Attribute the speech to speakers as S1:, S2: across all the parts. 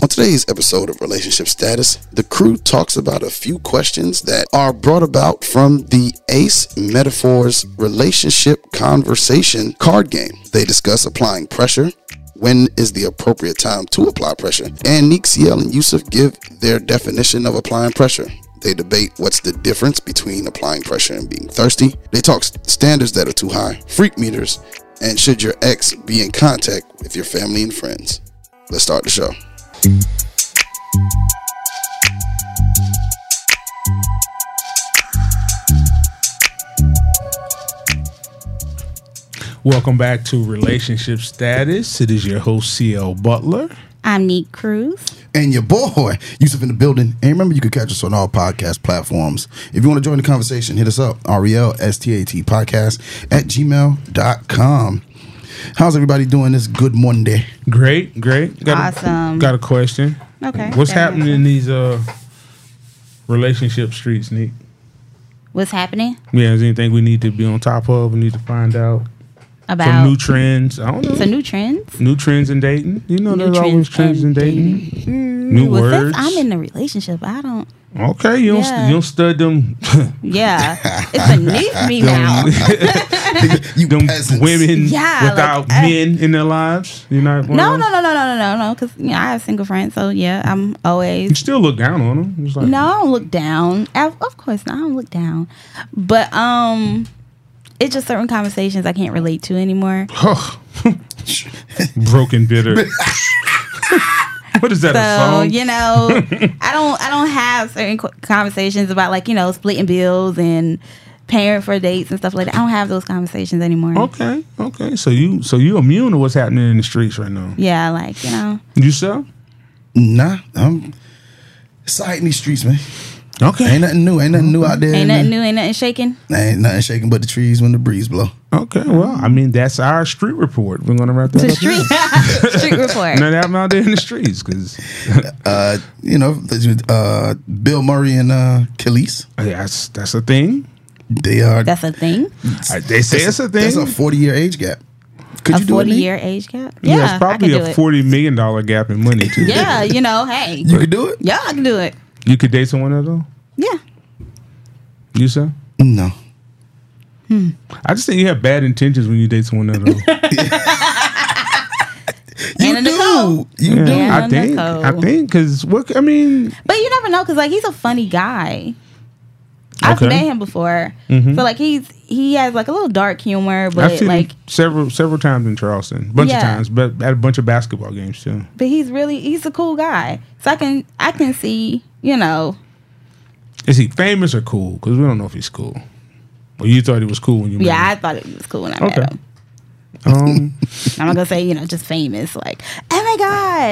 S1: On today's episode of Relationship Status, the crew talks about a few questions that are brought about from the Ace Metaphors Relationship Conversation card game. They discuss applying pressure, when is the appropriate time to apply pressure, and Neek Ciel and Yusuf give their definition of applying pressure. They debate what's the difference between applying pressure and being thirsty. They talk s- standards that are too high, freak meters, and should your ex be in contact with your family and friends. Let's start the show.
S2: Welcome back to Relationship Status. It is your host CL Butler.
S3: I'm Neat Cruz.
S1: And your boy, Yusuf in the building. And remember, you can catch us on all podcast platforms. If you want to join the conversation, hit us up, E
S4: E
S1: REL, STAT podcast at gmail.com. How's everybody doing this good Monday?
S2: Great, great. Got
S3: Awesome.
S2: A, got a question.
S3: Okay.
S2: What's
S3: That
S2: happening
S3: makes
S2: in these uh relationship streets, Nick?
S3: What's happening
S2: Yeah, is anything we need to be on top of? We need to find out
S3: about
S2: some new trends. I don't know.
S3: some new trends?
S2: new trends in dating. You know,
S3: New
S2: there's always
S3: trends
S2: trends in
S3: and
S2: dating. New
S3: Well,
S2: words.
S3: since I'm in a relationship, I don't.
S2: okay, you don't
S3: Yeah.
S2: you don't stud them
S3: Yeah, it's beneath me now.
S1: You
S2: them
S1: peasants.
S2: women
S3: Yeah, like,
S2: without
S3: uh,
S2: men in their lives. You're not one
S3: No,
S2: of
S3: no,
S2: those?
S3: no, no, no, no, no, no. Because you know, I have single friends, so yeah, I'm
S2: You
S3: always.
S2: still look down on them. It's like,
S3: No, I don't look down. Of of course, not. I don't look down. But um, it's just certain conversations I can't relate to anymore.
S2: broken bitter. what is that? a
S3: So
S2: song?
S3: you know, I don't I don't have certain qu- conversations about like you know splitting bills and paying for dates and stuff like that. I don't have those conversations anymore.
S2: Okay, okay. So you so you immune to what's happening in the streets right now.
S3: Yeah, like you know,
S2: You sell?
S1: Nah, I'm siding these streets, man.
S2: Okay.
S1: Ain't nothing new. Ain't nothing new out there.
S3: ain't nothing new, ain't nothing shaking.
S1: Ain't nothing shaking but the trees when the breeze blow.
S2: Okay. Well, I mean that's our street report. We're gonna wrap that
S3: The
S2: up.
S3: street street report.
S2: Nothing happening out there in the streets because
S1: Uh, you know, uh, Bill Murray and uh, Khalees.
S2: that's that's a thing.
S1: They are.
S3: That's a thing.
S2: I- They say it's a thing.
S1: That's a forty-year age gap. Could
S3: A
S1: you do it?
S3: forty
S1: Nate?
S3: year age gap.
S2: yeah,
S3: Yeah,
S2: it's probably
S3: I can do
S2: a forty million dollar gap in money too.
S3: it. Yeah, you know, hey,
S1: You could do it.
S3: yeah, I can do it.
S2: You could date someone at all.
S3: Yeah,
S2: You sell?
S1: No.
S2: I just think you have bad intentions when you date someone at all.
S1: You
S3: Anna
S1: do.
S3: Nicole.
S1: You do.
S3: Yeah.
S2: I think.
S3: Nicole.
S2: I think because what I mean.
S3: but you never know because like he's a funny guy. I've
S2: Okay.
S3: met him before,
S2: Mhm.
S3: so like he's he has like a little dark humor,
S2: I've
S3: but
S2: seen
S3: like
S2: him several several times in Charleston, bunch
S3: Yeah.
S2: of times, but at a bunch of basketball games too.
S3: but he's really he's a cool guy. So I can I can see you know
S2: Is he famous or cool? Because we don't know if he's cool. Well, you thought he was cool when you met
S3: yeah I
S2: him.
S3: thought it was cool when I
S2: Okay.
S3: met him.
S2: Um,
S3: I'm not gonna say you know just famous like oh my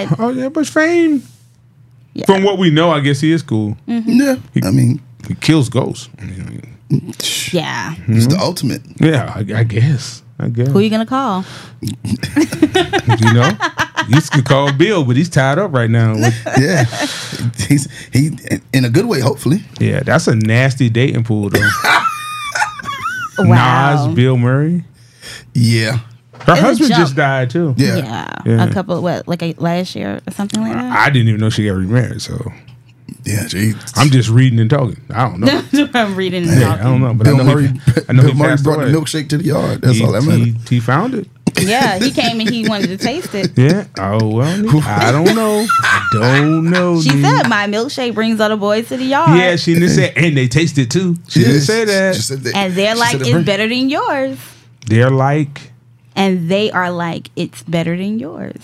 S3: god
S2: oh yeah, but fame.
S3: Yeah.
S2: From what we know, I guess he is cool.
S1: Yeah. I mean,
S2: He Mm-hmm. kills ghosts. I mean,
S3: yeah
S1: he's the ultimate.
S2: yeah, I, I guess. I guess.
S3: who you gonna call
S2: you know, you can call Bill, but he's tied up right now.
S1: Yeah. he's he in a good way. Hopefully.
S2: yeah, that's a nasty dating pool though.
S3: wow
S2: Nas, Bill Murray.
S1: Yeah.
S2: Her
S3: a
S2: husband
S3: jump.
S2: just died too.
S1: Yeah.
S3: yeah.
S2: Yeah.
S3: a couple what like a, last year or something like that
S2: I didn't even know she got remarried, so
S1: Yeah. Gee.
S2: I'm just reading and talking. I don't know.
S3: I'm reading and
S2: Yeah, I don't know, but I
S1: Bill
S2: know
S1: Murray.
S2: He, I know
S1: Bill
S2: he
S1: Murray
S2: passed
S1: brought
S2: away.
S1: the milkshake to the yard. That's
S2: he,
S1: all that
S2: he,
S1: matters.
S2: he found it.
S3: yeah he came and he wanted to taste it.
S2: Yeah. Oh well. I don't know. I don't know.
S3: She
S2: dude.
S3: said my milkshake brings all the boys to the yard.
S2: Yeah, she didn't say, and they taste it too. She
S1: Yeah,
S2: didn't say that.
S1: she said that.
S3: and they're
S1: She
S3: like
S1: said it
S3: it's
S1: burned.
S3: better than yours,
S2: They're like,
S3: and they are like it's better than yours.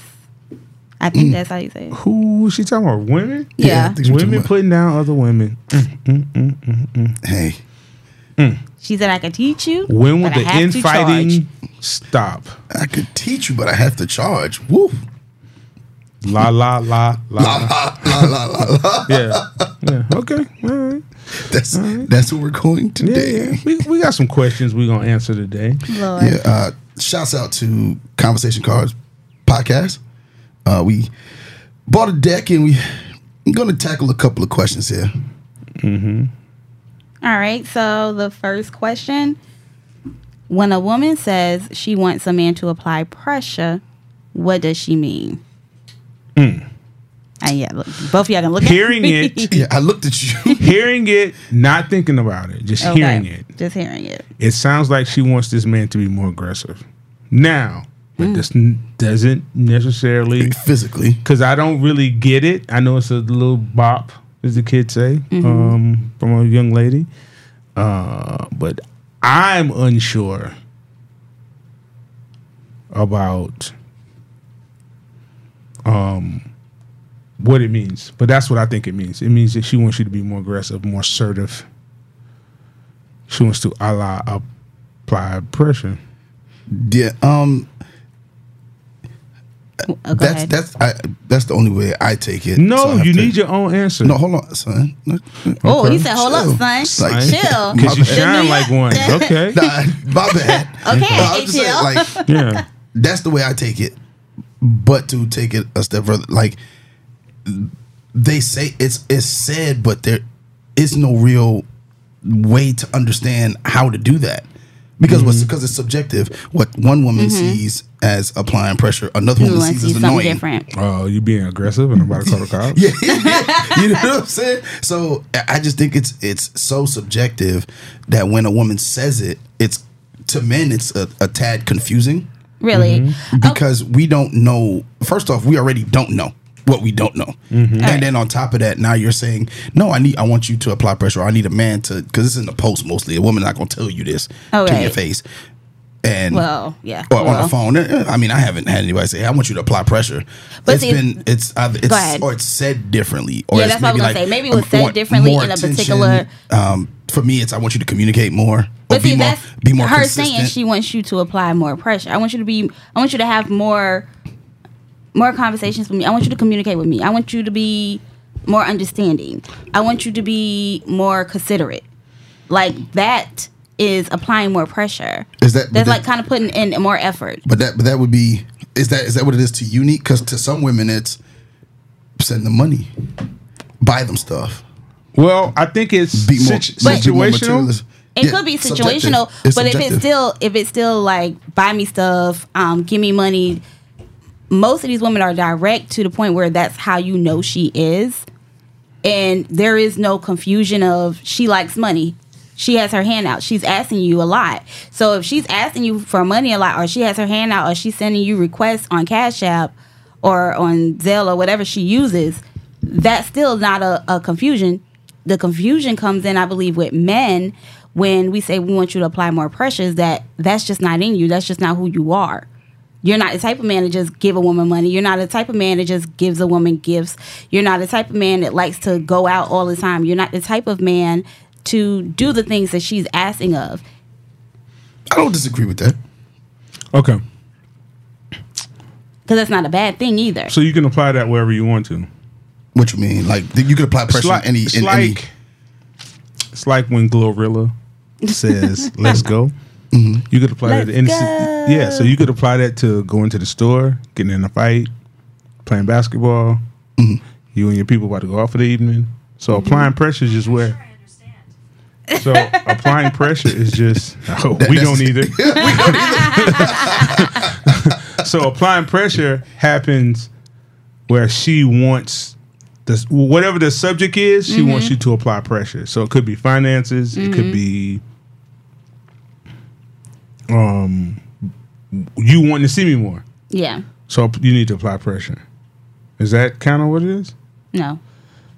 S3: I think that's how you say it.
S2: who was she talking about? Women.
S3: Yeah.
S1: I think she was
S2: Women
S1: talking
S2: putting down other women.
S1: about- Hey.
S3: She said I could teach you.
S2: When will
S3: but I
S2: the
S3: have to charge."
S2: infighting stop?
S1: I could teach you, but I have to charge. Woo.
S2: La la la la.
S1: La, la, la, la, la.
S2: yeah. Yeah. Okay. All right.
S1: That's that's what we're going
S2: Yeah.
S1: today.
S2: yeah. We, we got some questions we're gonna answer today.
S3: Lord.
S1: Yeah. Uh, shouts out to Conversation Cards podcast. Uh, we bought a deck and we going to tackle a couple of questions here.
S3: All right. So the first question: When a woman says she wants a man to apply pressure, what does she mean? And Uh, yeah, look, both of y'all gonna look
S2: Hmm. Hearing
S3: at me.
S2: it.
S4: Yeah, I looked at you.
S2: hearing it, not thinking about it, just
S3: Okay.
S2: hearing it.
S3: Just hearing it.
S2: It sounds like she wants this man to be more aggressive. Now, but this n- doesn't necessarily
S4: Physically.
S2: because I don't really get it. I know it's a little bop, as the kids say, um, from a young lady. Uh, but I'm unsure about um, what it means. But that's what I think it means. It means that she wants you to be more aggressive, more assertive. She wants to a la apply pressure.
S4: Yeah. Um.
S3: Oh, go
S4: that's
S3: ahead.
S4: that's I, that's the only way I take it.
S2: No, you need your own answer.
S4: No, hold on, son. No,
S3: oh,
S2: okay.
S3: he said, "Hold
S4: Chill.
S3: up, son.
S4: Like-
S3: Chill."
S4: My
S2: because you
S4: bad.
S2: shine like one. Okay,
S4: nah, my bad.
S3: Okay,
S4: No, I'm just saying,
S3: ATL.
S4: like
S2: yeah.
S4: that's the way I take it. But to take it a step further, like they say it's it's said, but there is no real way to understand how to do that because what's
S2: Mm-hmm.
S4: because it's subjective. What one woman
S3: Mm-hmm.
S4: sees as applying pressure, another woman
S3: Everyone
S4: sees
S3: sees
S4: as
S3: something
S4: annoying.
S3: different.
S2: Oh, you being aggressive and I'm about to call the cops?
S4: Yeah, you know what I'm saying. So I I just think it's it's so subjective that when a woman says it, it's to men it's a, a tad confusing
S3: Really?
S2: Mm-hmm.
S4: because we don't know. First off, we already don't know what we don't know, and
S3: Alright.
S4: then on top of that, now you're saying, "No, I need, I want you to apply pressure. I need a man to," because it's in the post mostly. A woman not gonna tell you this
S3: Oh,
S4: to your
S3: right.
S4: face, and
S3: Well, yeah.
S4: or on
S3: well.
S4: the phone. Eh, eh, I mean, I haven't had anybody say, "I want you to apply pressure."
S3: But
S4: it's
S3: see-
S4: been it's either it's
S3: ahead.
S4: or it's said differently. Or
S3: Yeah,
S4: it's
S3: that's what I was
S4: maybe
S3: gonna say. Maybe it was
S4: I
S3: said
S4: want
S3: differently
S4: more
S3: in a
S4: attention.
S3: particular-
S4: Um, for me, it's I want you to communicate more. Or
S3: But
S4: be
S3: see,
S4: more,
S3: that's
S4: be more
S3: her
S4: consistent.
S3: saying she wants you to apply more pressure. I want you to be. I want you to have more, more conversations with me. I want you to communicate with me. I want you to be more understanding. I want you to be more considerate. Like that is applying more pressure.
S4: Is that-
S3: that's
S4: but that-
S3: like kind of putting in more effort?
S4: But that but that would be is that is that what it is to unique? Because to some women it's send them money, buy them stuff,
S2: Well, I think it's
S4: be more,
S2: situ-
S4: be more
S2: situational.
S4: materialist.
S3: It
S4: Yeah,
S3: could be
S4: subjective.
S3: situational, but if
S4: subjective.
S3: it's still if it's still like buy me stuff, um, give me money. Most of these women are direct to the point where that's how you know she is, and there is no confusion of she likes money. She has her hand out. She's asking you a lot. So if she's asking you for money a lot, or she has her hand out, or she's sending you requests on Cash App or on Zelle or whatever she uses, that's still not a, a confusion. The confusion comes in, I believe, with men when we say we want you to apply more pressures. That that's just not in you. That's just not who you are. You're not the type of man to just give a woman money. You're not the type of man that just gives a woman gifts. You're not the type of man that likes to go out all the time. You're not the type of man to do the things that she's asking of.
S4: I don't disagree with that.
S2: Okay,
S3: Because that's not a bad thing either.
S2: so you can apply that wherever you want to.
S4: What you mean? Like th- you could apply pressure
S2: It's like
S4: in any
S2: it's
S4: in
S2: like,
S4: any.
S2: it's like when Glorilla says, "Let's go."
S4: Mm-hmm.
S2: You could apply that. To any,
S3: Let's go.
S2: yeah, so you could apply that to going to the store, getting in a fight, playing basketball. You and your people about to go out for the evening. So applying pressure is just where. So applying pressure is just oh, we
S4: that's-
S2: don't either. so applying pressure happens where she wants this whatever the subject is, she wants you to apply pressure. So it could be finances, it could be um you wanting to see me more.
S3: Yeah.
S2: So you need to apply pressure. Is that kind of what it is?
S3: No.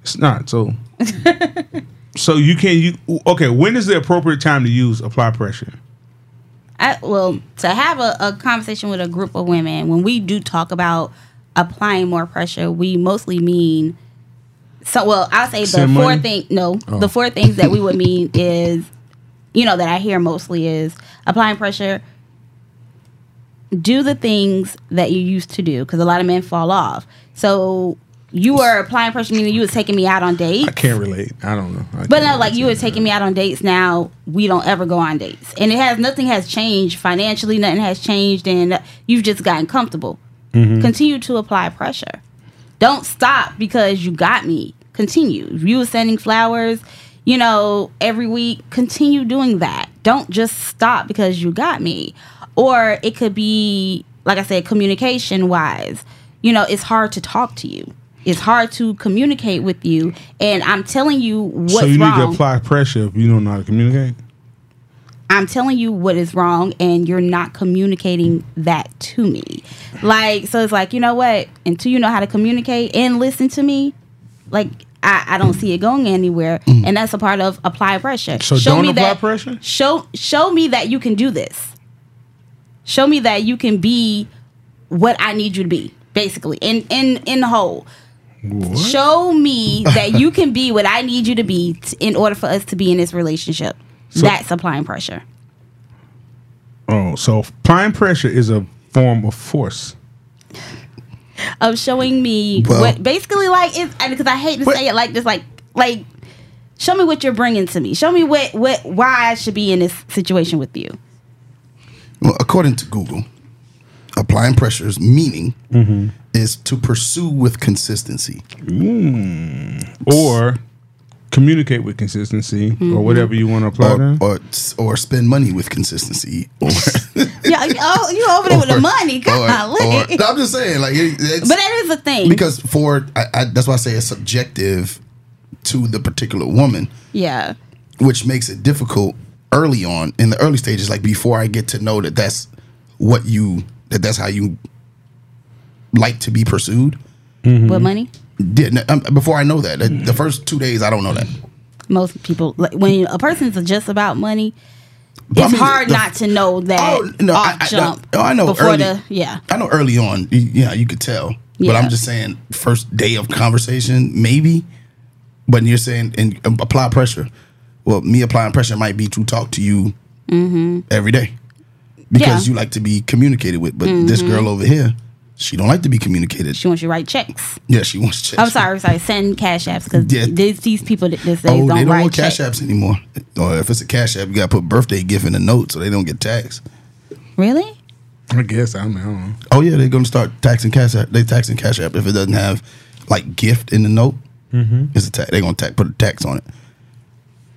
S2: It's not. So So you can you okay, when is the appropriate time to use apply pressure?
S3: I well to have a, a conversation with a group of women when we do talk about applying more pressure, we mostly mean so well I'll say the
S2: Send
S3: four
S2: money? Oh.
S3: thing no the four things that we would mean is you know that I hear mostly is applying pressure do the things that you used to do because a lot of men fall off. So you were applying pressure meaning you was taking me out on dates.
S2: I can't relate. I don't know. I can't
S3: But no,
S2: relate
S3: like
S2: to
S3: you were taking me out on dates. Now we don't ever go on dates, and it has nothing has changed financially. Nothing has changed, and you've just gotten comfortable. Continue to apply pressure. Don't stop because you got me. Continue. If you were sending flowers, you know, every week. Continue doing that. Don't just stop because you got me. Or it could be, like I said, communication wise. You know, it's hard to talk to you. It's hard to communicate with you, and I'm telling you what's
S2: so you need to
S3: wrong.
S2: apply pressure if you don't know how to communicate.
S3: I'm telling you what is wrong and you're not communicating that to me. Like, so it's like, you know what? Until you know how to communicate and listen to me, like, I, I don't see it going anywhere. And that's a part of apply pressure.
S2: Mm. So don't apply
S3: that,
S2: pressure?
S3: Show, show me that you can do this. Show me that you can be what I need you to be, basically, in, in, in whole.
S2: What?
S3: Show me that you can be what I need you to be t- in order for us to be in this relationship.
S2: So-
S3: That's applying pressure.
S2: Oh, so applying pressure is a form of force.
S3: Of showing me
S1: Well-
S3: what basically like is because I hate to
S2: What-
S3: say it like this like like show me what you're bringing to me. Show me what what why I should be in this situation with you.
S4: Well, according to Google, applying pressure's meaning is to pursue with consistency.
S2: Or communicate with consistency
S3: Mm-hmm.
S2: or whatever you want to apply.
S4: or,
S2: to.
S4: or or spend money with consistency. Or,
S3: Yeah, you- oh, you over there with the money, golly.
S4: or- no, I'm just saying, like, it, it's,
S3: but that is a thing.
S4: because for I, I, that's why I say it's subjective to the particular woman,
S3: yeah.
S4: which makes it difficult early on in the early stages, like before I get to know that that's what you that that's how you like to be pursued.
S3: What money?
S4: Yeah, no, um, before I know that, the,
S3: Mm.
S4: the first two days I don't know that.
S3: Most people like when a person's just about money, it's
S4: I mean,
S3: hard
S4: the-
S3: not to know that
S4: Oh, no, I-
S3: off
S4: I- no,
S3: jump
S4: oh, I know
S3: before
S4: early.
S3: the yeah.
S4: I know early on, y- yeah, you could tell. But
S3: Yeah.
S4: I'm just saying, first day of conversation, maybe. But you're saying and um, apply pressure. Well, me applying pressure might be to talk to you every day because
S3: Mm-hmm. Yeah. Mm-hmm.
S4: you like to be communicated with. But this girl over here, she don't like to be communicated.
S3: She wants you to write checks.
S4: yeah, she wants. Checks.
S3: I'm sorry, I'm sorry. Send cash apps because
S4: Yeah.
S3: these, these people that this days
S4: Oh,
S3: don't,
S4: they don't
S3: write
S4: want
S3: cash
S4: cash
S3: checks.
S4: apps anymore. Or if it's a cash app, you got to put birthday gift in the note so they don't get taxed.
S3: Really?
S2: I guess I don't know.
S4: Oh yeah, they're gonna start taxing Cash App. They taxing Cash App if it doesn't have like gift in the note. It's a tax. They're gonna ta- put a tax on it.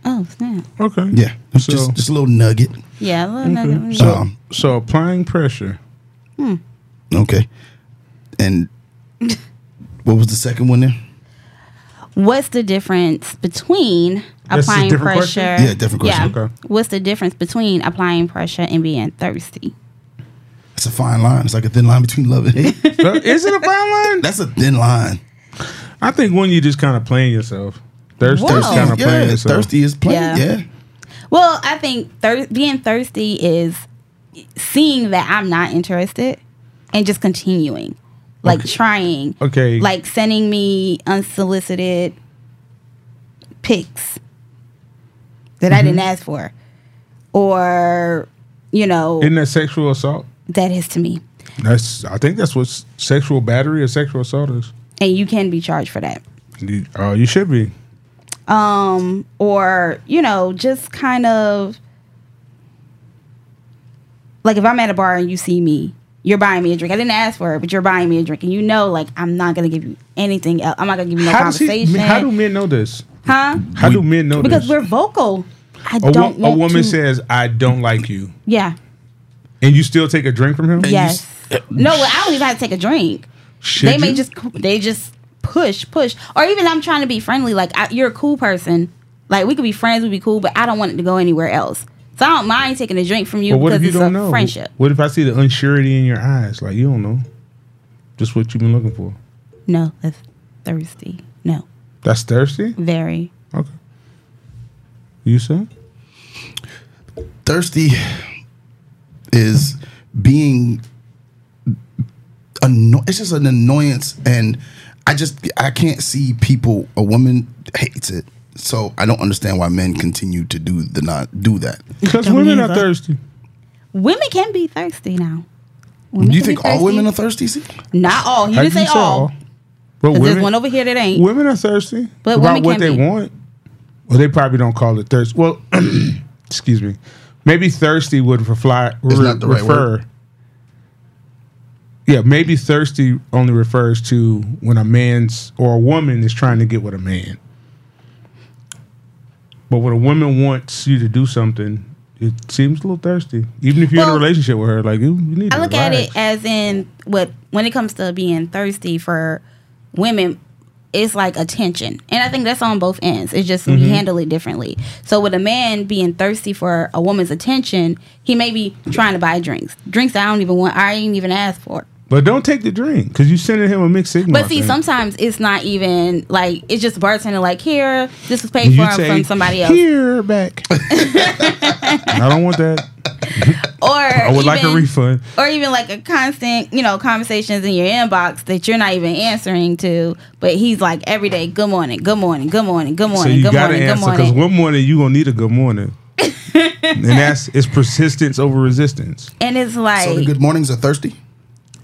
S3: Oh snap!
S2: Okay.
S4: Yeah, It's
S2: So,
S4: just just a little nugget.
S3: Yeah, a little nugget.
S4: So-
S2: um, so applying pressure.
S4: Okay, and what was the second one there?
S3: What's the difference between
S2: That's a
S3: applying
S2: different question?
S3: pressure?
S4: Yeah, different question.
S2: Okay.
S3: What's the difference between applying pressure and being thirsty?
S4: It's a fine line. It's like a thin line between love and hate.
S2: Uh, is it a fine line?
S4: That's a thin line.
S2: I think when you just kind of playing yourself. Thirsty
S3: Whoa.
S2: is kind of playing
S4: yeah,
S2: yourself.
S4: thirsty is plain.
S3: Yeah.
S4: Yeah.
S3: Well, I think thir- being thirsty is seeing that I'm not interested and just continuing, like trying,
S2: Okay.
S3: like sending me unsolicited pics that I didn't
S2: Mm-hmm.
S3: ask for, or you know,
S2: Isn't that sexual assault?
S3: that is to me,
S2: That's. I think that's what s- sexual battery or sexual assault is.
S3: and you can be charged for that.
S2: You, uh, you should be.
S3: um, or you know, just kind of like if I'm at a bar and you see me, you're buying me a drink. I didn't ask for it, but you're buying me a drink, and you know, like I'm not gonna give you anything else. I'm not gonna give you no
S2: how does he,
S3: conversation,
S2: How do men know this?
S3: huh?
S2: How do men know
S3: Because
S2: this?
S3: we're vocal. I
S2: a, wo-
S3: don't
S2: a
S3: want
S2: woman
S3: to-
S2: says, "I don't like you,"
S3: yeah,
S2: and you still take a drink from him.
S3: yes, no. Well, I don't even have to take a drink.
S2: Should
S3: they may
S2: you?
S3: just they just push push or even i'm trying to be friendly like I, you're a cool person like we could be friends we'd be cool but i don't want it to go anywhere else so i don't mind taking a drink from you
S2: But what if
S3: because
S2: you
S3: it's
S2: don't
S3: a
S2: know?
S3: friendship
S2: What if I see the unsurety in your eyes? Like you don't know, just what you've been looking for.
S3: no that's thirsty no
S2: That's thirsty.
S3: very
S2: Okay. You said
S4: Thirsty is being anno- It's just an annoyance, and I just I can't see people. A woman hates it, so I don't understand why men continue to do the not do that.
S2: because
S3: Don't
S2: women
S3: either.
S2: are thirsty.
S3: women can be thirsty now
S4: Do you think all women are thirsty? See?
S3: not all he
S2: I
S3: didn't say
S2: think so.
S3: all
S2: But
S3: 'Cause there's
S2: women,
S3: one over here that ain't
S2: women are thirsty
S3: But
S2: about
S3: women
S2: what
S3: can
S2: they
S3: be.
S2: want. Well, they probably don't call it thirst. Well, excuse me. Maybe thirsty would refly, re-
S4: not the right
S2: refer.
S4: word.
S2: Yeah, maybe thirsty only refers to when a man's or a woman is trying to get with a man. But when a woman wants you to do something, it seems a little thirsty. Even if you're in
S3: Well,
S2: a relationship with her, like you, you need.
S3: I
S2: to
S3: look at it
S2: relax.
S3: as in what when it comes to being thirsty for women, it's like attention. And I think that's on both ends. It's just
S2: Mm-hmm.
S3: we handle it differently. So with a man being thirsty for a woman's attention, he may be trying to buy drinks. Drinks that I don't even want I ain't even asked for.
S2: But don't take the drink because you sending him a mixed signal.
S3: But
S2: I
S3: see,
S2: think.
S3: sometimes it's not even like it's just bartender like here, this was paid
S2: You
S3: for from
S2: take
S3: somebody else.
S2: Here back. I don't want that.
S3: Or
S2: I would like a refund.
S3: or even like a constant, you know, conversations in your inbox that you're not even answering to, but he's like every day, good morning, good morning, good morning, good
S2: So
S3: morning,
S2: you
S3: good
S2: gotta
S3: morning, good
S2: answer because
S3: morning.
S2: one morning you gonna need a good morning, and that's it's persistence over resistance.
S3: and it's like
S4: So the good mornings are thirsty.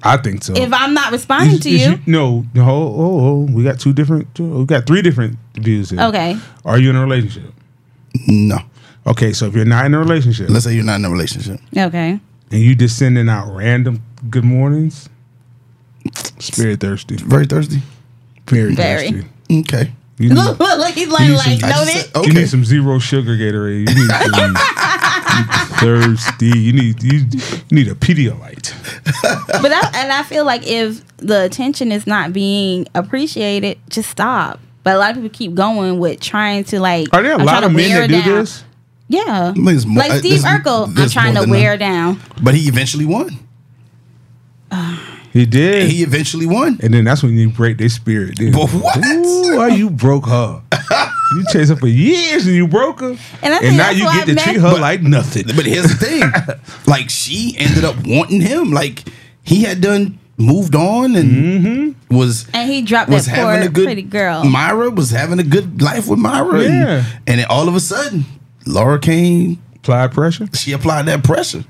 S2: I think so.
S3: if I'm not responding
S2: Is-
S3: to
S2: is
S3: you,
S2: no, no, oh, oh, oh, we got two different, two, we got three different views. Here.
S3: Okay.
S2: Are you in a relationship?
S4: No.
S2: Okay, so if you're not in a relationship
S4: Let's say you're not in a relationship.
S3: okay,
S2: and you just sending out random good mornings, spirit thirsty,
S4: Very thirsty.
S2: very,
S3: Very.
S2: thirsty.
S4: Okay.
S2: You need,
S3: look, look, look, he's like,
S2: need some-
S3: like
S2: I
S3: know
S4: just
S3: it.
S4: said- oh.
S2: you
S4: Okay.
S2: need some zero sugar Gatorade. You need some, you thirsty. You need you, you need a Pedialyte.
S3: but I, and I feel like if the attention is not being appreciated, just stop. But a lot of people keep going with trying to like.
S2: Are there a
S3: I'm
S2: lot
S3: trying
S2: of
S3: to
S2: men that
S3: wear
S2: do
S3: down.
S2: this?
S3: Yeah,
S4: mean, it's more- I-
S3: like Steve
S4: this-
S3: Urkel, I'm
S4: this
S3: trying
S4: more
S3: to
S4: than
S3: wear
S4: I-
S3: down.
S4: But he eventually won.
S2: He did.
S4: He eventually won.
S2: And then that's when you break their spirit. Then.
S4: But what?
S2: Ooh, why you broke her? you chased her for years and you broke her.
S3: And I think
S2: now
S3: that's
S2: you
S3: why
S2: get
S3: I
S2: to
S3: met-
S2: treat her like nothing.
S4: But here's the thing. like she ended up wanting him. Like he had done moved on and
S2: Mm-hmm.
S4: was
S3: And he dropped
S4: was
S3: that poor
S4: having a good
S3: pretty girl.
S4: Myra was having a good life with Myra. and-
S2: Yeah.
S4: And, then all of a sudden, Laura came,
S2: Applied pressure.
S4: she applied that pressure.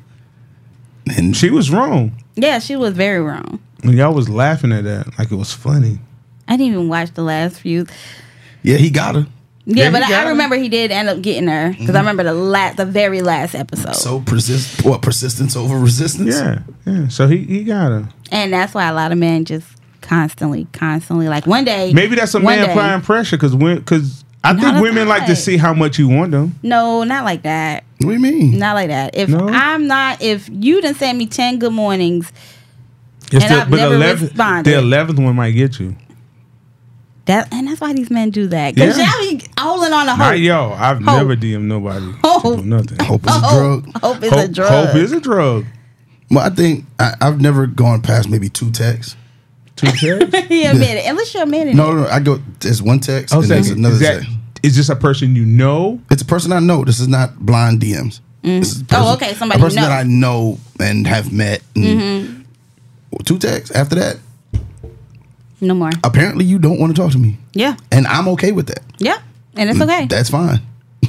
S4: And
S2: She was wrong.
S3: yeah, she was very wrong.
S2: And y'all was laughing at that like it was funny.
S3: I didn't even watch the last few.
S4: yeah, he got her.
S3: Yeah,
S2: Yeah,
S3: but
S2: he
S3: I,
S2: got
S3: I
S2: her.
S3: remember he did end up getting her because
S2: Mm-hmm.
S3: I remember the la- the very last episode,
S4: So persist what persistence over resistance?
S2: Yeah, yeah. So he, he got her.
S3: and that's why a lot of men just constantly, constantly like one day.
S2: Maybe that's a
S3: one
S2: man
S3: day-
S2: applying pressure because because I
S3: No,
S2: think
S3: that's
S2: women
S3: not
S2: like to
S3: right.
S2: see how much you want them.
S3: No, not like that.
S4: What do you mean?
S3: Not like that. If
S2: No?
S3: I'm not, if you didn't send me ten good mornings,
S2: It's
S3: And I've never responded.
S2: the eleventh one might get you.
S3: that and that's why these men do that because
S2: Yeah.
S3: y'all be holding on a
S2: Not
S3: hope.
S2: yo. I've
S3: Hope.
S2: never DM nobody.
S3: Hope.
S2: Hope. Nothing.
S4: Hope is a
S3: Hope,
S4: drug.
S3: hope is a
S2: Hope-
S3: drug.
S2: hope is a drug.
S4: Well, I think I, I've never gone past maybe two texts.
S2: Two chairs.
S3: he admitted, unless you're admitting.
S4: No, no, no, I go. There's one text
S2: I
S4: and
S2: was
S4: there's
S2: saying,
S4: another
S2: is that
S4: text.
S2: is this a person you know?
S4: It's a person I know. This is not blind DMs. This is a
S3: Oh, okay, somebody
S4: a
S3: you
S4: person
S3: know. Mm-hmm.
S4: that I know and have met. And Well, Two texts after that.
S3: it. no more.
S4: Apparently, you don't want to talk to me,
S3: Yeah,
S4: and I'm okay with that.
S3: yeah, and
S2: Mm.
S3: it's okay.
S4: That's fine.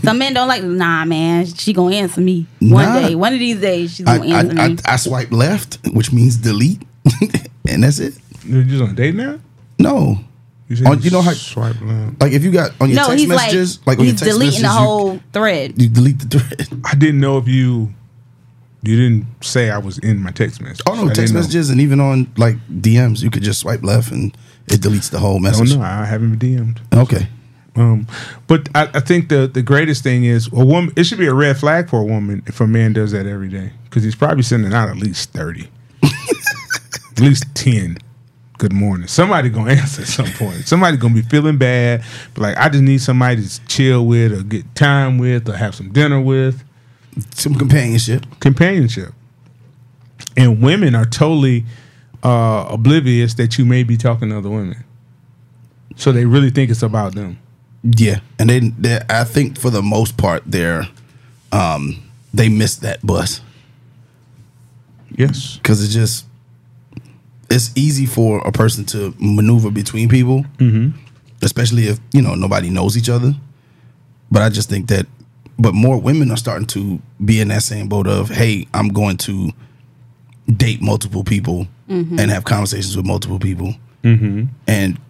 S3: Some men don't like. Nah, man, she gonna answer me one
S4: Nah.
S3: day. One of these days, she's
S4: I
S3: gonna
S4: I,
S3: answer
S4: I,
S3: me.
S4: I swipe left, which means delete, and that's it.
S2: You're just on a date now.
S4: No,
S2: said
S4: Oh, you know how-
S2: swipe left.
S4: like if you got on your
S3: no,
S4: text
S3: he's
S4: messages,
S3: like,
S4: on your
S3: he's
S4: text
S3: deleting the
S4: messages,
S3: whole thread.
S4: You, you delete the thread.
S2: I didn't know if you you didn't say I was in my text message.
S4: Oh no,
S2: I
S4: text
S2: didn't know.
S4: messages and even on like DMs, you could just swipe left and it deletes the whole
S2: Oh
S4: message.
S2: no, I haven't been DM'd.
S4: Okay.
S2: Um, but I, I think the the greatest thing is a woman. It should be a red flag for a woman if a man does that every day because he's probably sending out at least thirty, at least ten. Good morning. Somebody gonna answer at some point. Somebody gonna be feeling bad, but like I just need somebody to chill with or get time with or have some dinner with
S4: Some companionship.
S2: companionship. And women are totally uh, oblivious that you may be talking to other women, so they really think it's about them.
S4: Yeah, and they, they I think for the most part they're um they missed that bus
S2: Yes.
S4: because it's just it's easy for a person to maneuver between people, mm-hmm. especially if you know nobody knows each other. But I just think that, but more women are starting to be in that same boat of hey, I'm going to date multiple people and have conversations with multiple people, mm-hmm. and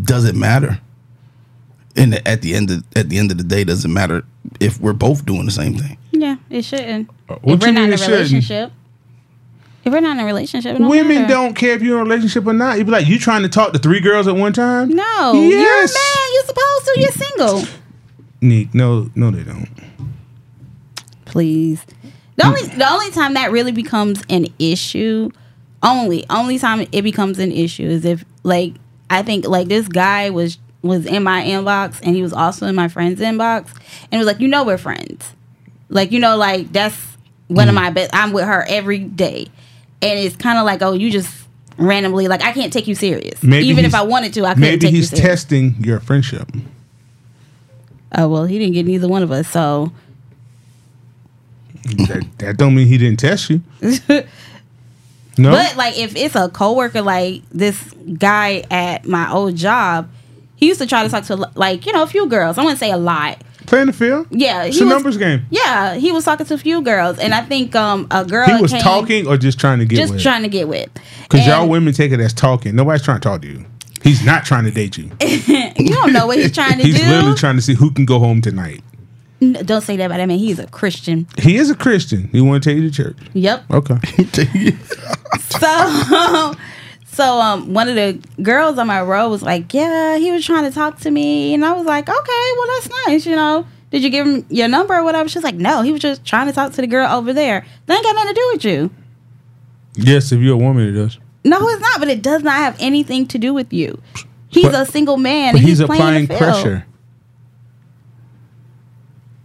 S4: does it matter? And at the end of at the end of the day, does it matter if we're both doing the same thing?
S3: Yeah, it shouldn't.
S2: Uh, what
S3: if we're
S2: you
S3: not
S2: mean
S3: in a
S2: it shouldn't?
S3: relationship, if we're not in a relationship, it don't
S2: Women
S3: matter.
S2: don't care if you're in a relationship or not. You be like, you trying to talk to three girls at one time?
S3: No, you're a
S2: Yes.
S3: man. You're supposed to. You're single.
S2: Nick, no, no, they don't.
S3: please. The only the only time that really becomes an issue, only only time it becomes an issue is if like I think like this guy was was in my inbox and he was also in my friend's inbox and was like, you know, we're friends. Like, you know, like that's one
S2: Mm.
S3: of my best. I'm with her every day, and it's kind of like, oh, you just randomly like I can't take you serious.
S2: Maybe
S3: Even if
S2: he's-
S3: I wanted to, I couldn't
S2: Maybe
S3: take
S2: he's
S3: you serious.
S2: testing your friendship.
S3: oh well, he didn't get neither one of us, so
S2: that, that don't mean he didn't test you. No,
S3: But like if it's a coworker like this guy at my old job, he used to try to talk to like, you know, a few girls. I wouldn't say a lot.
S2: playing the field.
S3: Yeah,
S2: it's
S3: he
S2: a
S3: was-
S2: numbers game.
S3: Yeah, he was talking to a few girls and I think um a girl
S2: He was
S3: came
S2: talking or just trying to get
S3: just
S2: with.
S3: trying to get with.
S2: Because y'all
S3: And
S2: women take it as talking. Nobody's trying to talk to you. He's not trying to date you.
S3: you don't know what he's trying to
S2: He's
S3: do.
S2: literally trying to see who can go home tonight.
S3: N- don't say that about that man. He's a Christian.
S2: He is a Christian. He want to take you to church.
S3: Yep.
S2: Okay.
S3: so so um one of the girls on my row was like yeah he was trying to talk to me and i was like okay well that's nice you know did you give him your number or whatever she's like no he was just trying to talk to the girl over there that ain't got nothing to do with you
S2: Yes, if you're a woman, it does.
S3: no it's not but it does not have anything to do with you he's
S2: But-
S3: a single man
S2: But
S3: and
S2: he's,
S3: he's, playing
S2: applying
S3: the field.
S2: pressure.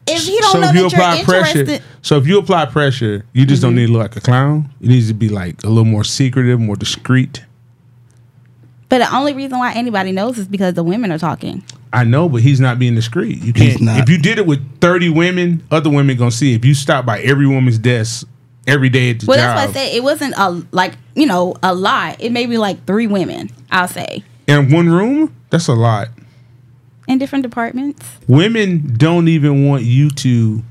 S3: if he don't know
S2: you
S3: that you're interested Mm-hmm.
S2: pressure, so if you apply pressure, you just don't need to look like a clown. It needs to be like a little more secretive, more discreet.
S3: but the only reason why anybody knows is because the women are talking
S2: I know, but he's not being discreet. You can't.
S4: not.
S2: If you did it with thirty women, other women gonna see. If you stop by every woman's desk every day at the
S3: well
S2: job,
S3: that's why i said it wasn't a like you know a lot it may be like three women i'll say
S2: in one room, that's a lot.
S3: in different departments.
S2: Women don't even want you to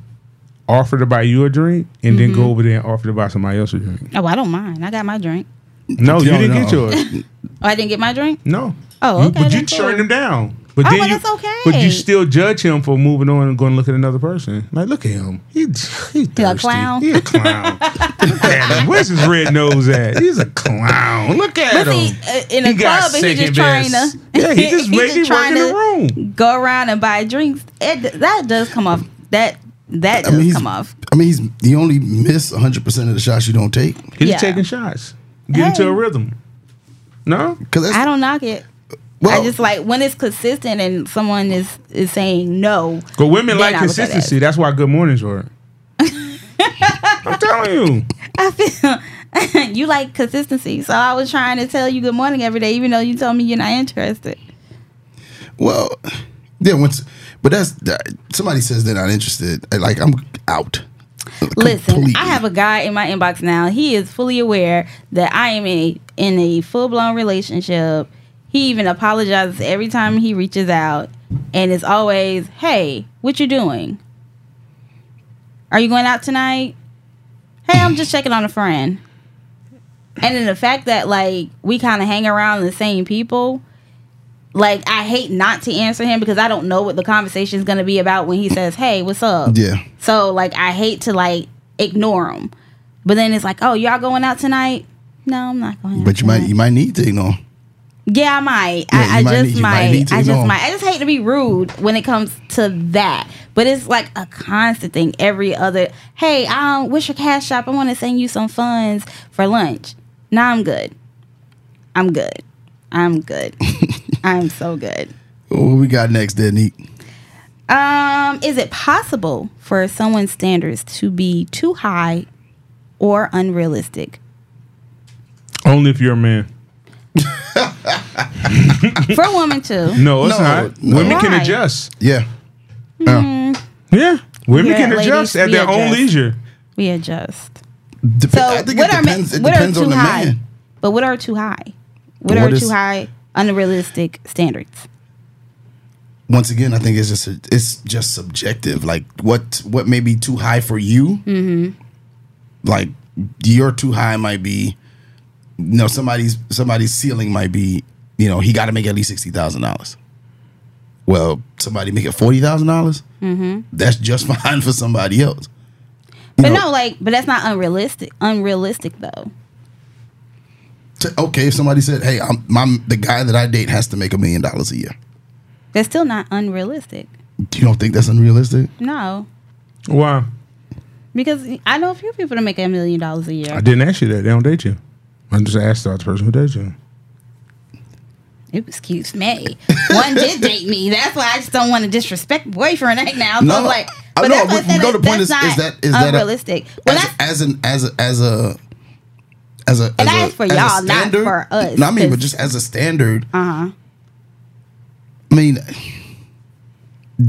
S2: offer to buy you a drink and then
S3: Mm-hmm.
S2: go over there and offer to buy somebody else a drink.
S3: Oh, I don't mind. I got my drink.
S2: No, you
S4: Yo,
S2: didn't
S4: no.
S2: get yours.
S3: Oh, I didn't get my drink.
S2: No.
S3: Oh,
S2: You-
S3: okay,
S2: But you
S3: that's
S2: turned
S3: cool.
S2: him down. But
S3: Oh,
S2: then
S3: well,
S2: you,
S3: that's okay.
S2: But you still judge him for moving on and going to look at another person. Like, look at him. He, he thirsty.
S3: clown.
S2: He a clown. look at him. Where's his red nose at? He's a clown. Look at
S3: But see,
S2: him.
S3: uh, in a club, and he just trying to.
S2: Yeah, he just
S3: he
S2: made me work
S3: trying
S2: in the room.
S3: to go around and buy drinks. It, that does come off. That that
S4: I
S3: does
S4: mean, he's,
S3: come off.
S4: I mean, he's the only miss 100 percent of the shots you don't take.
S2: He's
S3: Yeah.
S2: taking shots. Get into
S3: Hey.
S2: a rhythm. No?
S4: Because
S3: I don't knock it.
S4: Well-
S3: I just like when it's consistent and someone is is saying no.
S2: But women
S3: Then
S2: like
S3: I look at that.
S2: consistency. That's why good mornings work. I'm telling you.
S3: I feel you like consistency. So I was trying to tell you good morning every day, even though you told me you're not interested.
S4: Well, yeah, once, but that's that, somebody says they're not interested. Like I'm out.
S3: Listen,
S4: Completely.
S3: I have a guy in my inbox now. He is fully aware that I am a, in a full blown relationship. He even apologizes every time he reaches out, and it's always, "Hey, what you doing? Are you going out tonight? Hey, I'm just checking on a friend." And then the fact that like we kind of hang around the same people, like I hate not to answer him because I don't know what the conversation is going to be about when he says, "Hey, what's up?"
S4: Yeah.
S3: So like I hate to like ignore him, but then it's like, oh, y'all going out tonight? No, I'm not going. Out
S4: But you might
S3: tonight.
S4: you might need to ignore.
S3: Yeah, I might.
S4: Yeah, you
S3: I, I
S4: might
S3: just
S4: need- you might
S3: might.
S4: need to
S3: I just
S4: know.
S3: might. I just hate to be rude when it comes to that. But it's like a constant thing. Every other, hey, um, what's your cash shop? I want to send you some funds for lunch. Nah, I'm good. I'm good. I'm good. I'm so good.
S4: What we got next, then? Neat.
S3: Um, is it possible for someone's standards to be too high or unrealistic?
S2: Only if you're a man.
S3: For a woman too.
S2: No, it's
S4: No,
S2: not.
S4: no.
S2: Women can
S3: Why?
S2: adjust.
S4: Yeah.
S2: Yeah. Women
S3: Yeah,
S2: can
S3: ladies,
S2: adjust at
S3: we
S2: their own
S3: adjust.
S2: leisure.
S3: We adjust.
S4: Dep-
S3: So
S4: I think
S3: what
S4: it
S3: are
S4: depends.
S3: ma-
S4: it
S3: what
S4: depends
S3: are too
S4: on the
S3: high?
S4: man.
S3: But what are too high? What,
S4: What
S3: are
S4: is-
S3: too high unrealistic standards?
S4: Once again, I think it's just it's just subjective. Like what what may be too high for you. Mm-hmm. Like your too high might be, no somebody's somebody's ceiling might be. You know, he got to make at least sixty thousand dollars. Well, somebody make it forty thousand dollars. That's just fine for somebody else.
S3: But
S4: know-
S3: no, like, but that's not unrealistic. Unrealistic though.
S4: T- Okay, if somebody said, "Hey, I'm my the guy that I date has to make a million dollars a year,"
S3: That's still not unrealistic.
S4: you don't think that's unrealistic?
S3: No,
S2: Why?
S3: because I know a few people that make a million dollars a year.
S2: I didn't ask you that. They don't date you. I just asked the other person who dates you.
S3: excuse me. One did date me. That's why I just don't want to disrespect boyfriend right now. So
S4: No,
S3: I'm like,
S4: I-
S3: but
S4: no,
S3: that's what
S4: we-
S3: I said,
S4: no, the
S3: that's
S4: point is-
S3: not
S4: is that- is that a-
S3: unrealistic. Well,
S4: as,
S3: that's
S4: as an as a as a as a
S3: And
S4: as
S3: that
S4: a-
S3: is for
S4: as a
S3: y'all, not
S4: standard-
S3: for us,
S4: No, I mean, but
S3: 'cause-
S4: just as a standard.
S3: uh huh.
S4: I mean,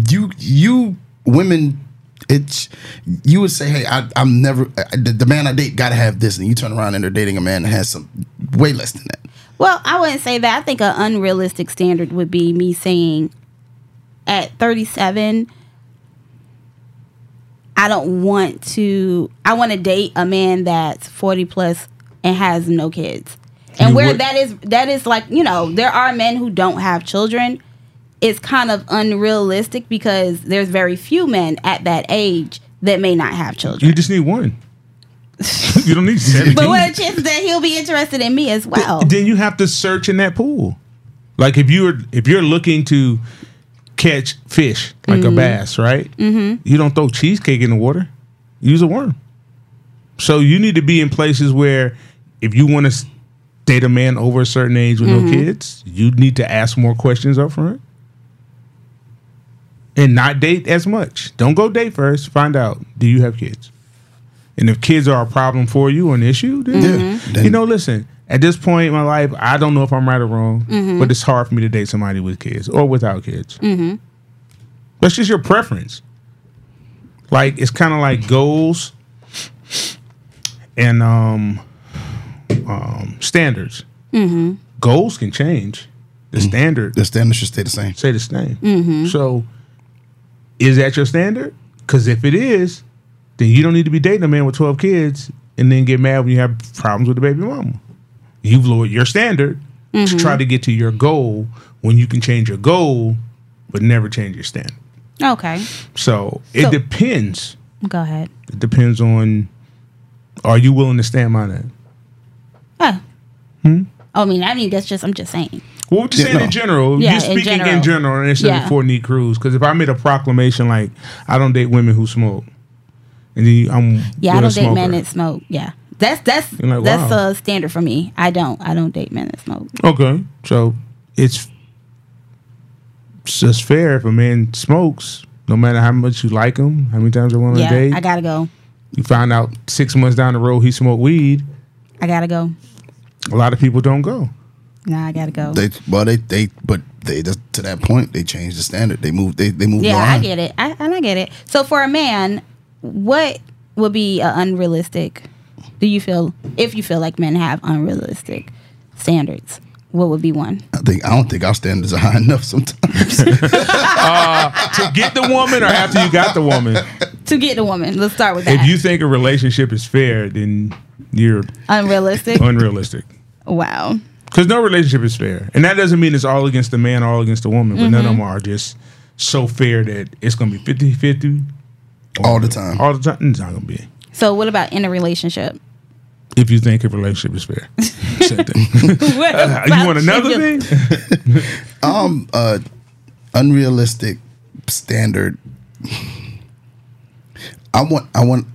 S4: you you women, it's you would say, hey, I, I'm never I, the, the man I date got to have this, and you turn around and they're dating a man that has some way less than that.
S3: Well, I wouldn't say that. I think an unrealistic standard would be me saying at 37, I don't want to, I want to date a man that's 40 plus and has no kids. And
S2: You
S3: where
S2: would-
S3: that is, that is like, you know, there are men who don't have children. It's kind of unrealistic because there's very few men at that age that may not have children.
S2: You just need one. you don't need seventeen.
S3: But what are the chances that he'll be interested in me as well?
S2: Then you have to search in that pool. Like if you're if you're looking to catch fish like a bass, right? Mm-hmm. You don't throw cheesecake in the water. Use a worm. So you need to be in places where if you want to date a man over a certain age with no kids, you need to ask more questions up front. And not date as much. Don't go date first. Find out do you have kids? And if kids are a problem for you, an issue, then,
S4: Yeah. Then-
S2: you know, listen, at this point in my life, I don't know if I'm right or wrong, but it's hard for me to date somebody with kids or without kids. That's just your preference. Like, it's kind of like goals and um, um, standards. Goals can change, the standard
S4: The standard should stay the same.
S2: say the same. So, is that your standard? Because if it is, then you don't need to be dating a man with twelve kids and then get mad when you have problems with the baby mama. You've lowered your standard to try to get to your goal when you can change your goal, but never change your standard.
S3: Okay,
S2: So it
S3: So-
S2: depends.
S3: go ahead.
S2: It depends on are you willing to stand by that?
S3: Oh.
S2: Hmm?
S3: I mean, I mean, that's just, I'm just saying.
S2: Well, we're just
S4: Yeah,
S2: saying
S4: no.
S2: in general.
S3: Yeah,
S2: you're
S3: in
S2: speaking in general,
S3: general.
S2: and it's
S3: Yeah.
S2: for Nick Cruz. Because if I made a proclamation like I don't date women who smoke, and then you, I'm
S3: Yeah, I
S2: with a
S3: don't date men
S2: smoker.
S3: that smoke. Yeah. That's that's
S2: You're like,
S3: that's
S2: wow.
S3: a standard for me. I don't I don't date men that smoke.
S2: Okay, so it's it's just fair if a man smokes, no matter how much you like him, how many times you want to
S3: yeah,
S2: date.
S3: I gotta go.
S2: you find out six months down the road he smoked weed.
S3: I gotta go.
S2: A lot of people don't go.
S3: Nah, I gotta go.
S4: They well, they they but they just to that point they changed the standard. They moved they they moved.
S3: yeah,
S4: on.
S3: I get it. I and I get it. So for a man, what would be a unrealistic? Do you feel if you feel like men have unrealistic standards? What would be one?
S4: I think I don't think our standards are high enough sometimes.
S2: to get the woman or after you got the woman.
S3: To get a woman, let's start with that.
S2: If you think a relationship is fair, then you're
S3: unrealistic.
S2: unrealistic.
S3: wow.
S2: Because no relationship is fair. And that doesn't mean it's all against the man, all against the woman, but none of them are just so fair that it's going to be 50 50
S4: All the time.
S2: all the time. It's not going to be.
S3: So what about in a relationship?
S2: If you think a relationship is fair, Same thing.
S3: What
S2: you
S3: about
S2: want another
S3: you?
S2: thing?
S4: Um uh unrealistic standard. I want I want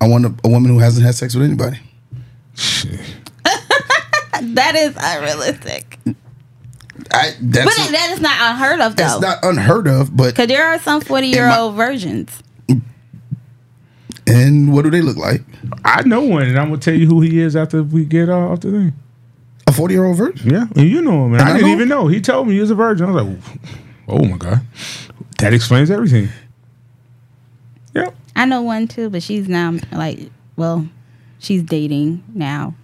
S4: I want a, a woman who hasn't had sex with anybody.
S2: Shit.
S3: That is unrealistic.
S4: I that's
S3: But that is not unheard of
S4: that's
S3: though.
S4: not unheard of, but
S3: Cause there are some forty year old virgins.
S4: and what do they look like?
S2: I know one, and I'm going to tell you who he is after we get uh, off the thing.
S4: A 40-year-old virgin?
S2: Yeah, and you know him. And
S4: And
S2: I
S4: I
S2: didn't
S4: know
S2: even know. He told me he was a virgin. I was like, oh my God. That explains everything. Yep.
S3: I know one too, but she's now like, well, she's dating now,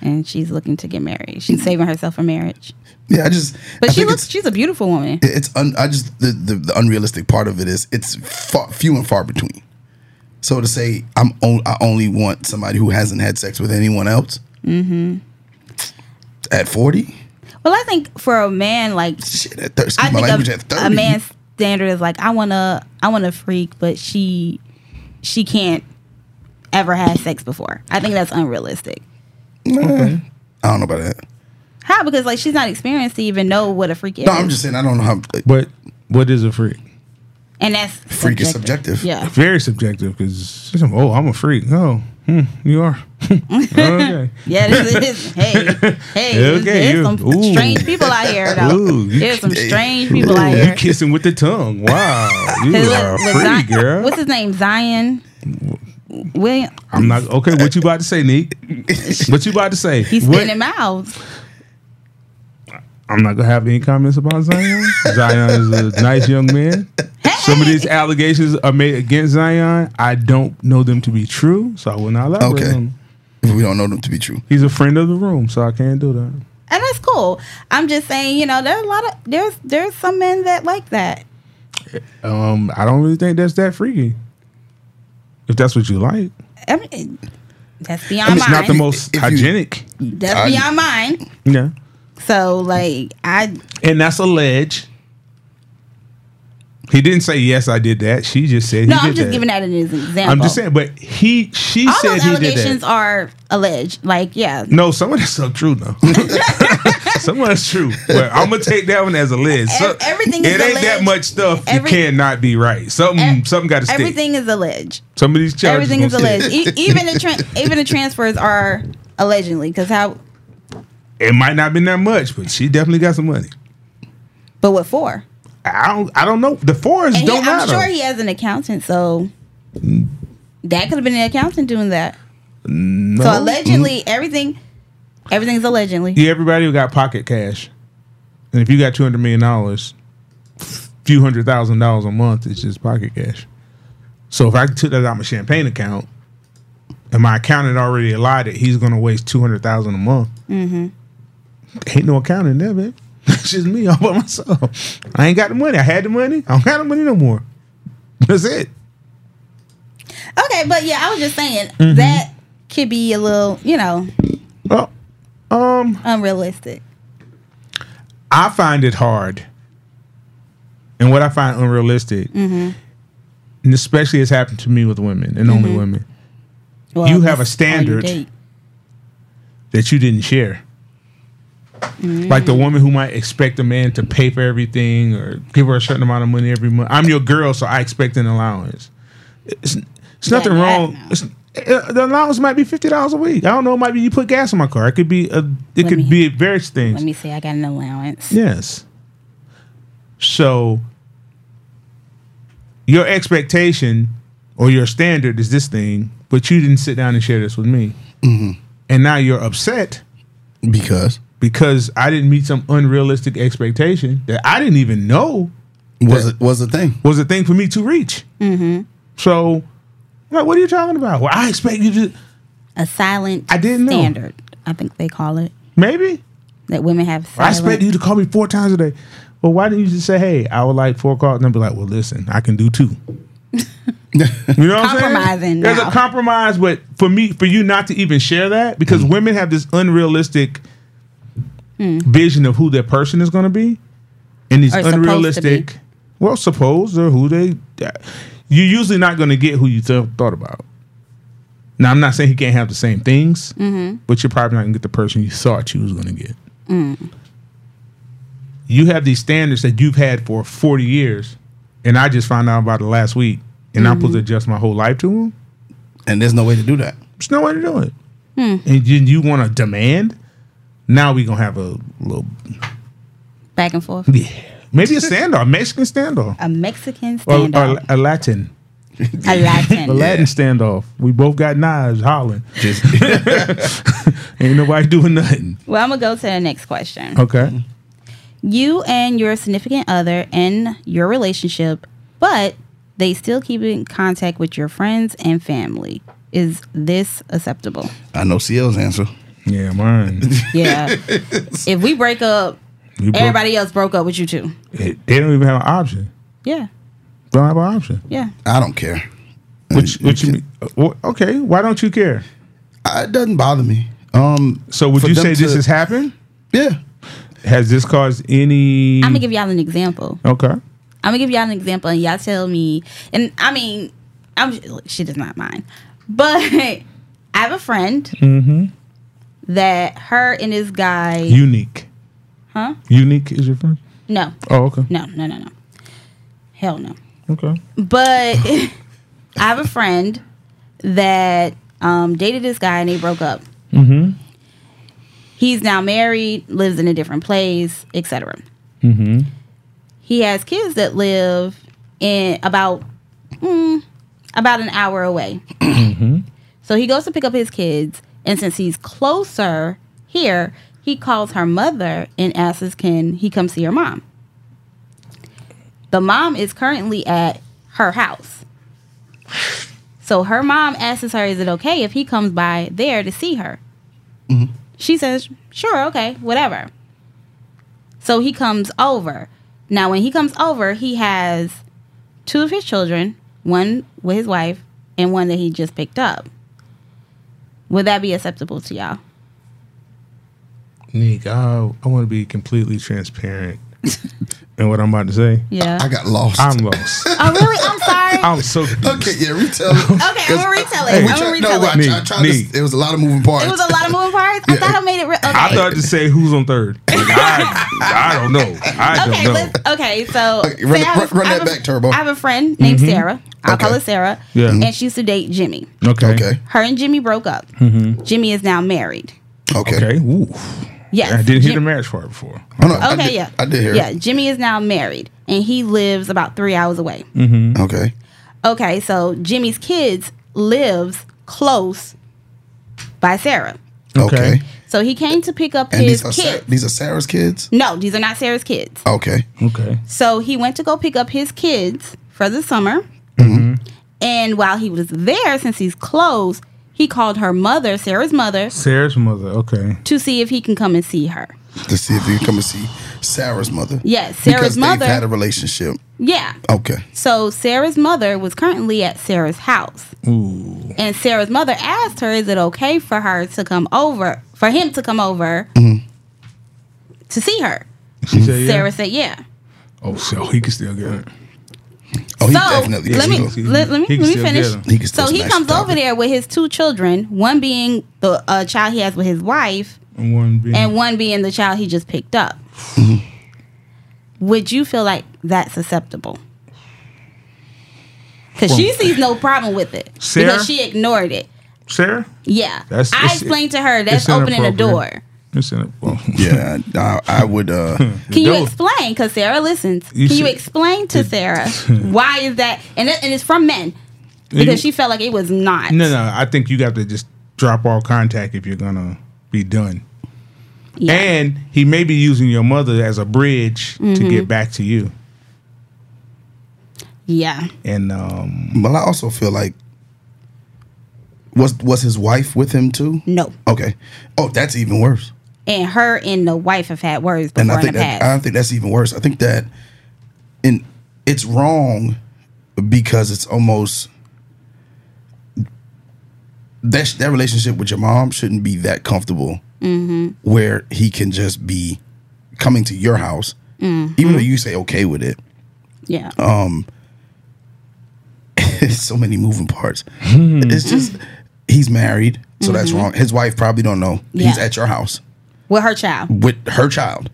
S3: and she's looking to get married. She's saving herself for marriage.
S4: Yeah, Mm. I just
S3: But
S4: I
S3: she
S4: think
S3: looks, she's a beautiful woman.
S4: it's, it's un, I just the, the the unrealistic part of it is it's far, few and far between. So to say I'm on, I only want somebody who hasn't had sex with anyone else. Mm-hmm. At 40?
S3: Well, I think for a man, like
S4: Shit, at 30,
S3: I
S4: my language at
S3: think
S4: 30.
S3: a, a man's standard is like I wanna, I wanna freak, but she, she can't ever have sex before. I think that's unrealistic.
S4: I don't know about that.
S3: How? Because like she's not experienced to even know what a freak is.
S4: No, I'm just saying I don't know how
S2: But what is a freak?
S3: and that's
S4: Freak is subjective.
S3: Yeah,
S2: very subjective because oh i'm a freak oh You are. okay.
S3: Yeah, this is hey, hey.
S2: Okay,
S3: there's
S2: you-
S3: some
S2: ooh.
S3: strange people out here though.
S2: Ooh, you-
S3: there's some strange people out
S2: Ooh, you
S3: here.
S2: kissing with the tongue. Wow. You
S3: 'Cause
S2: are a
S3: look, with
S2: free
S3: Zion-
S2: girl.
S3: What's his name? Zion William.
S2: I'm not okay. What you about to say, Neek? What you about to say?
S3: He's
S2: What-
S3: spinning mouths.
S2: I'm not gonna have any comments about Zion. Zion is a nice young man. Some of these allegations are made against Zion. I don't know them to be true, so I will not elaborate.
S4: Okay.
S2: on them.
S4: If we don't know them to be true.
S2: He's a friend of the room, so I can't do that.
S3: And that's cool. I'm just saying, you know, there's a lot of there's there's some men that like that.
S2: Um, I don't really think that's that freaky. If that's what you like,
S3: I mean, that's beyond
S2: it's not the
S3: mine.
S2: most
S4: if you-
S2: hygienic.
S3: that's beyond mine.
S2: yeah,
S3: So like I
S2: and that's alleged. He didn't say yes, I did that. She just said
S3: no,
S2: he did
S3: I'm just
S2: that.
S3: giving that as an example.
S2: I'm just saying, but he she
S3: All
S2: said
S3: those
S2: he did that.
S3: allegations are alleged. Like, yeah.
S2: No, some of that stuff true though. some of that's true. But I'm gonna take that one as a list. So,
S3: Ev- E- everything
S2: It
S3: is
S2: ain't that
S3: alleged.
S2: much stuff.
S3: Every-
S2: you cannot be right. Something.
S3: Ev-
S2: something got to stick.
S3: Everything is alleged.
S2: Some of these charges.
S3: Everything is
S2: gonna stick.
S3: alleged. E- even the tran even the transfers are allegedly because how?
S2: It might not been that much, but she definitely got some money.
S3: But what for?
S2: I don't. I don't know. The fours
S3: And he,
S2: don't
S3: I'm
S2: matter. Mm.
S3: sure he has an accountant, so that could have been an accountant doing that.
S2: No.
S3: So allegedly,
S2: mm.
S3: everything, everything's allegedly.
S2: Yeah, everybody who got pocket cash, and if you got two hundred million dollars, few hundred thousand dollars a month is just pocket cash. So if I took that out of my champagne account, and my accountant already allotted, he's gonna waste two hundred thousand a month. Mm-hmm. Ain't no accountant there, man. It's just me all by myself. I ain't got the money. I had the money. I don't got the money no more. That's it.
S3: Okay, but yeah, I was just saying
S2: Mm-hmm.
S3: that could be a little, you know,
S2: Well, um.
S3: unrealistic.
S2: I find it hard, and what I find unrealistic,
S3: Mm-hmm.
S2: and especially it's happened to me with women and
S3: Mm-hmm.
S2: only women,
S3: Well,
S2: You have a
S3: that's all
S2: standard.
S3: date.
S2: that you didn't share.
S3: Mm.
S2: Like the woman who might expect a man to pay for everything or give her a certain amount of money every month. I'm your girl, so I expect an allowance. It's, it's
S3: Yeah,
S2: nothing
S3: that,
S2: wrong.
S3: no.
S2: It's, uh, the allowance might be fifty dollars a week. I don't know. It might be you put gas in my car. It could be a. It
S3: Let
S2: could
S3: me-
S2: be various things.
S3: Let me see. I got an allowance.
S2: Yes. So your expectation or your standard is this thing, but you didn't sit down and share this with me. And now you're upset
S4: Because
S2: because I didn't meet some unrealistic expectation that I didn't even know
S4: was it was the thing.
S2: was a thing for me to reach. Mm-hmm. So, like, what are you talking about? Well, I expect you to
S3: A silent
S2: I didn't know.
S3: standard. I think they call it
S2: maybe.
S3: that women have.
S2: I
S3: Silent.
S2: expect you to call me four times a day. Well, why didn't you just say, hey, I would like four calls? And I'd be like, well, listen, I can do two. you know what I'm saying?
S3: Compromising
S2: There's
S3: now.
S2: a compromise, but for me, for you not to even share that, because women have this unrealistic
S3: Hmm.
S2: vision of who their person is going to be. And these
S3: Or supposed to
S2: unrealistic, well, suppose or who they, you're usually not going to get who you th- thought about. Now, I'm not saying he can't have the same things,
S3: Mm-hmm.
S2: but you're probably not going to get the person you thought you was going to get
S3: Mm.
S2: you have these standards that you've had for 40 years, and I just found out about it last week, and I'm
S3: Mm-hmm.
S2: supposed to adjust my whole life to them.
S4: And there's no way to do that.
S2: There's no way to do it.
S3: Hmm.
S2: And you, you want to demand? Now we going to have a little,
S3: back and forth.
S2: yeah, maybe a standoff, Mexican standoff,
S3: A Mexican
S2: or,
S3: standard.
S2: or a Latin,
S3: a Latin.
S2: a Latin standoff. We both got knives hollering.
S4: Just
S2: Ain't nobody doing nothing.
S3: Well, I'm gonna go to the next question.
S2: Okay.
S3: You and your significant other in your relationship, but they still keep in contact with your friends and family. Is this acceptable?
S4: I know CL's answer.
S2: Yeah, mine.
S3: Yeah. if we break up,
S2: You broke-
S3: everybody else broke up with you too.
S2: They they don't even have an option.
S3: Yeah.
S2: Don't have an option.
S3: Yeah.
S4: I don't care.
S2: Which,
S4: You
S2: which you
S4: can-
S2: mean? uh, wh- Okay, why don't you care?
S4: I- it doesn't bother me. Um
S2: So would
S4: for
S2: you
S4: them
S2: say this
S4: to-
S2: has happened?
S4: Yeah.
S2: Has this caused any?
S3: I'm gonna give y'all an example.
S2: okay.
S3: I'm gonna give y'all an example, and y'all tell me. And I mean, I'm look, shit is not mine, but I have a friend
S2: Mm-hmm.
S3: that her and this guy.
S2: Unique.
S3: Huh?
S2: Unique is your friend.
S3: no,
S2: Oh, okay.
S3: no, no, no, no. Hell no.
S2: Okay.
S3: But I have a friend that um, dated this guy and they broke up. Mm-hmm. He's now married, lives in a different place, etc. Mm-hmm. He has kids that live in about mm, about an hour away. Mm-hmm. So he goes to pick up his kids, and since he's closer here, he calls her mother and asks, "Can he come see her mom?" The mom is currently at her house. So her mom asks her, Is it okay if he comes by there to see her?
S4: Mm-hmm.
S3: She says, Sure, okay, whatever. So he comes over. Now, when he comes over, he has two of his children, one with his wife, and one that he just picked up. Would that be acceptable to y'all?
S2: Nick, I, I want to be completely transparent in what I'm about to say.
S3: Yeah.
S4: I got lost.
S2: I'm lost.
S3: oh, really? I'm sorry.
S2: I'm so confused.
S4: okay, yeah, retell it.
S3: okay, I'm gonna retell it. I'm gonna
S4: Try- no,
S3: retell
S4: I,
S3: it.
S2: Me,
S4: I tried
S2: me.
S4: to, it was a lot of moving parts.
S3: It was a lot of moving parts. I thought I made it. Re- okay.
S2: I thought to say who's on third. Like, I, I don't know. I don't
S3: okay,
S2: know.
S3: let's, okay, so
S4: Okay, run
S3: say
S4: the-
S3: I have-
S4: run- run
S3: I
S4: that
S3: have a-
S4: back, Turbo.
S3: I have a friend named Sarah. I'll call her
S4: Okay. Mm-hmm.
S3: Sarah.
S2: Mm-hmm. Yeah.
S3: And she used to date Jimmy.
S2: Okay.
S4: okay,
S3: Her and Jimmy broke up. Jimmy is now married.
S4: okay.
S2: Okay. Ooh.
S3: Yes.
S2: Mm-hmm. I didn't hear
S3: Jim-
S2: the marriage part before.
S4: Oh, no, I
S3: Okay,
S4: did,
S3: yeah.
S4: I did hear. it.
S3: Yeah, Jimmy is now married and he lives about three hours away.
S2: Mm.
S4: Okay,
S3: Okay, so Jimmy's kids lives close by Sarah.
S4: okay.
S3: So he came to pick up
S4: And
S3: his
S4: these are Sa-
S3: kids.
S4: these are Sarah's kids.
S3: no, these are not Sarah's kids.
S4: Okay,
S2: Okay.
S3: So he went to go pick up his kids for the summer.
S4: Mm-hmm.
S3: And while he was there, since he's close, he called her mother, Sarah's mother,
S2: Sarah's mother. Okay.
S3: to see if he can come and see her.
S4: to see if you come and see Sarah's mother.
S3: Yes,
S4: because
S3: Sarah's mother.
S4: They've had a relationship.
S3: yeah.
S4: Okay,
S3: So Sarah's mother was currently at Sarah's house.
S2: Ooh.
S3: And Sarah's mother asked her, is it okay for her to come over, for him to come over
S4: Mm-hmm.
S3: to see her?
S2: She said yeah.
S3: Sarah said, yeah.
S2: Oh, so he could still get it.
S4: oh, he
S3: so
S4: definitely.
S3: let
S4: can
S3: me
S4: go.
S2: still-
S3: let, let me
S2: he can
S3: let me
S2: still
S3: finish.
S2: get 'em.
S4: He can still
S3: so he
S4: smash
S3: comes
S4: the
S3: over
S4: topic.
S3: there with his two children, one being the uh, child he has with his wife,
S2: And one being.
S4: Mm-hmm.
S3: and one being the child he just picked up. Would you feel like that's acceptable? Because she sees no problem with it
S2: Sarah?
S3: because she ignored it.
S2: Sarah?
S3: Yeah,
S2: That's-
S3: I
S2: it's-
S3: explained to her
S2: it's
S3: that's opening a
S2: inappropriate.
S3: door.
S2: It's in it. Well,
S4: Yeah, I, I would. uh
S3: Can you
S2: That was-
S3: explain? Because Sarah listens.
S2: You
S3: Can you
S2: should-
S3: explain to Sarah why is that? And it, and it's from men because she felt like it was not.
S2: No, no. I think you got to just drop all contact if you're gonna be done.
S3: Yeah.
S2: And he may be using your mother as a bridge
S3: Mm-hmm.
S2: to get back to you.
S3: Yeah.
S2: And um,
S4: But I also feel like was was his wife with him too?
S3: No.
S4: Okay. Oh, that's even worse.
S3: And her and the wife have had words before
S4: And I
S3: in
S4: think
S3: the
S4: that
S3: past.
S4: I don't think that's even worse. I think that in it's wrong because it's almost that sh- that relationship with your mom shouldn't be that comfortable
S3: Mm-hmm.
S4: where he can just be coming to your house
S3: Mm-hmm.
S4: even though you say okay with it
S3: yeah.
S4: Uh, it's so many moving parts. It's just he's married, so that's wrong. His wife probably don't know. He's
S3: Mm-hmm. Yeah.
S4: at your house
S3: With her child.
S4: with her child,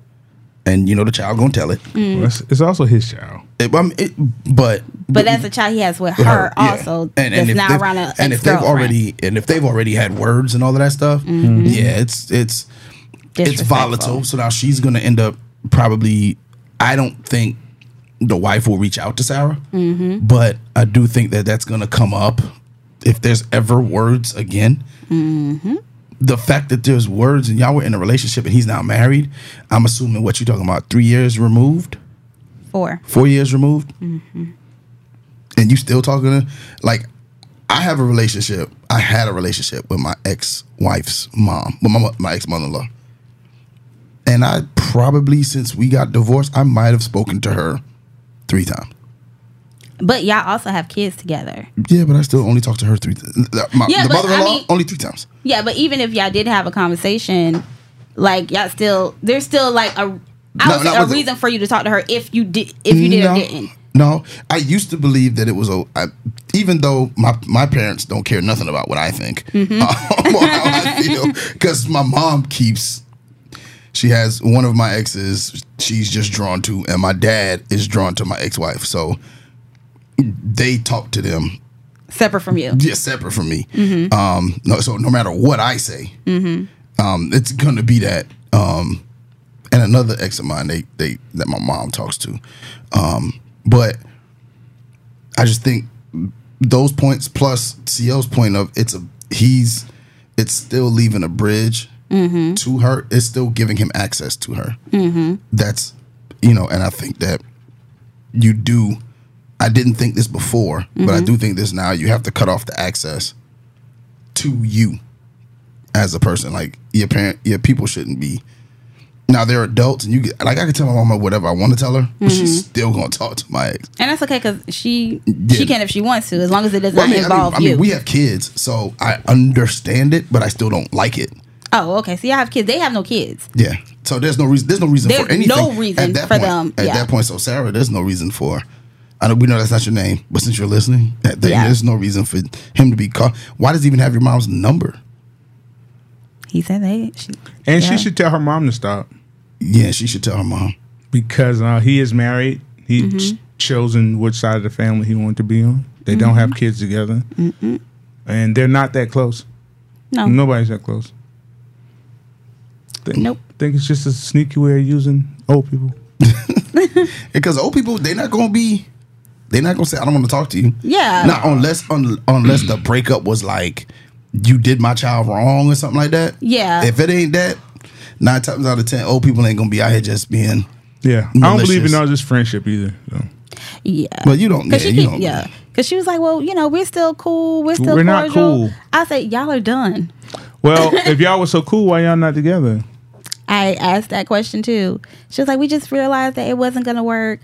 S4: and you know the child gonna tell it.
S3: Mm. Mm-hmm.
S2: well, it's, it's also his child.
S4: It- I mean, it- but
S3: But that's a child he has with her,
S4: yeah.
S3: also
S4: and,
S3: that's
S4: and if
S3: now
S4: they've-
S3: around a
S4: and if they've
S3: ex-girlfriend.
S4: already and if they've already had words and all of that stuff,
S3: Mm-hmm.
S4: yeah, it's it's it's
S3: Disrespectful.
S4: volatile. So now she's gonna end up probably. I don't think the wife will reach out to Sarah, but I do think that that's gonna come up if there's ever words again. The fact that there's words and y'all were in a relationship and he's now married, I'm assuming what you're talking about three years removed
S3: Four.
S4: four years removed,
S3: Mm-hmm.
S4: and you still talking to like I have a relationship. I had a relationship with my ex wife's mom, with my mo- my ex mother in law, and I probably since we got divorced, I might have spoken to her three times.
S3: But y'all also have kids together.
S4: Yeah, but I still only talked to her three. times. my
S3: Yeah,
S4: the
S3: but I
S4: mother in law
S3: mean-
S4: only three times.
S3: Yeah, but even if y'all did have a conversation, like y'all still there's still like a I
S4: No,
S3: would
S4: no,
S3: say
S4: I
S3: a
S4: wasn't-
S3: reason for you to talk to her if you did if you did
S4: no,
S3: or didn't.
S4: No, I used to believe that it was a. I, even though my my parents don't care nothing about what I think
S3: Mm-hmm.
S4: um, or how I feel, because my mom keeps. She has one of my exes. She's just drawn to, and my dad is drawn to my ex-wife. So they talk to them
S3: separate from you.
S4: yeah, separate from me. Um, no, so no matter what I say, um, it's gonna be that. Um, and another ex of mine, they they that my mom talks to, um, but I just think those points plus CL's point of it's a he's it's still leaving a bridge to her. It's still giving him access to her. That's you know, and I think that you do I didn't think this before, but I do think this now. You have to cut off the access to you as a person. Like your parent, your people shouldn't be. Now they're adults, and you get, like I can tell my mama whatever I want to tell her, but she's still gonna talk to my ex.
S3: And that's okay because she
S4: Yeah.
S3: she can if she wants to, as long as it doesn't
S4: Well, I mean, I mean,
S3: involve
S4: I mean,
S3: you.
S4: we have kids, so I understand it, but I still don't like it.
S3: oh, okay. See, I have kids. They have no kids.
S4: Yeah. So there's no reason. There's no reason for
S3: There's
S4: anything.
S3: no reason
S4: at that
S3: for
S4: point,
S3: them,
S4: At
S3: yeah.
S4: that point, so Sarah, there's no reason for. I know we know that's not your name, but since you're listening, that, that-
S3: Yeah.
S4: there's no reason for him to be called. Why does he even have your mom's number?
S3: He said they. She,
S2: And
S3: yeah.
S2: she should tell her mom to stop
S4: Yeah, she should tell her mom.
S2: because uh, he is married. He
S3: Mm-hmm.
S2: ch- chosen which side of the family he wanted to be on. They don't have
S3: Mm-hmm.
S2: kids together, and they're not that close.
S3: No.
S2: Nobody's that close. Think,
S3: Nope.
S2: Think it's just a sneaky way of using old people.
S4: Because old people, they're not gonna be. They're not gonna say, "I don't want to talk to you."
S3: Yeah.
S4: Not unless un, unless the breakup was like, "You did my child wrong" or something like that.
S3: Yeah.
S4: If it ain't that, nine times out of ten, old people ain't gonna be out here just being.
S2: Yeah, I don't believe in
S4: Malicious.
S2: all this friendship either. So.
S3: Yeah.
S4: Well, you don't. Yeah,
S3: Cause she
S4: you
S3: keep,
S4: don't.
S3: yeah. Cause she was like, well, you know, we're still cool. We're still
S2: We're not
S3: cordial.
S2: cool.
S3: I said, y'all are done.
S2: Well, if y'all were so cool, why y'all not together?
S3: I asked that question too. She was like, "We just realized that it wasn't gonna work,"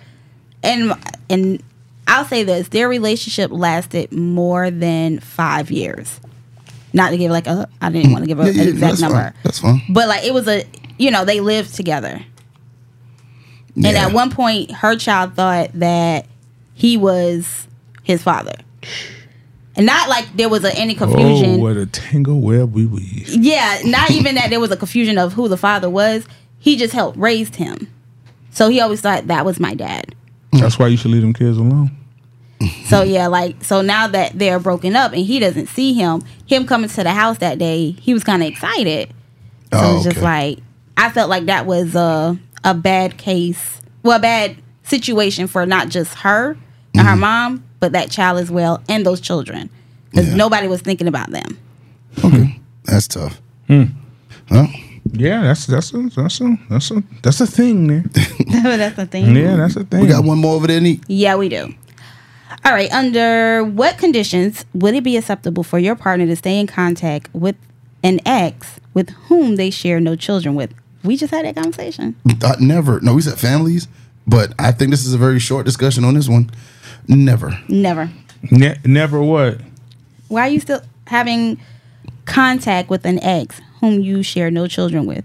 S3: and and I'll say this: their relationship lasted more than five years. Not to give like a, I didn't want to give a,
S4: Yeah, yeah,
S3: an
S4: no,
S3: exact
S4: that's fine.
S3: number,
S4: That's fine.
S3: but like it was a, you know, they lived together, and
S4: Yeah.
S3: at one point, her child thought that he was his father, and not like there was a, any confusion.
S2: Oh, what a tango web we weave.
S3: Yeah, not even that there was a confusion of who the father was. He just helped raised him. So he always thought that was my dad.
S2: That's why you should leave them kids alone.
S3: So
S4: Hmm.
S3: yeah, like so now that they're broken up and he doesn't see him, him coming to the house that day, he was kind of excited. So
S4: Oh,
S3: it was just
S4: okay.
S3: like I felt like that was a a bad case, well, a bad situation for not just her and
S4: Mm-hmm.
S3: her mom, but that child as well and those children, because
S4: Yeah.
S3: nobody was thinking about them.
S4: Okay, that's tough.
S2: Hmm.
S4: Well,
S2: Yeah, that's that's a, that's a, that's a, that's a thing there.
S3: That's the thing.
S2: Yeah, that's a thing.
S4: we got one more over there, Neek.
S3: Yeah, we do. All right. Under what conditions would it be acceptable for your partner to stay in contact with an ex with whom they share no children with? We just had that conversation.
S4: I never. No, we said families, but I think this is a very short discussion on this one. Never.
S3: Never.
S2: Ne- never what?
S3: Why are you still having contact with an ex whom you share no children with?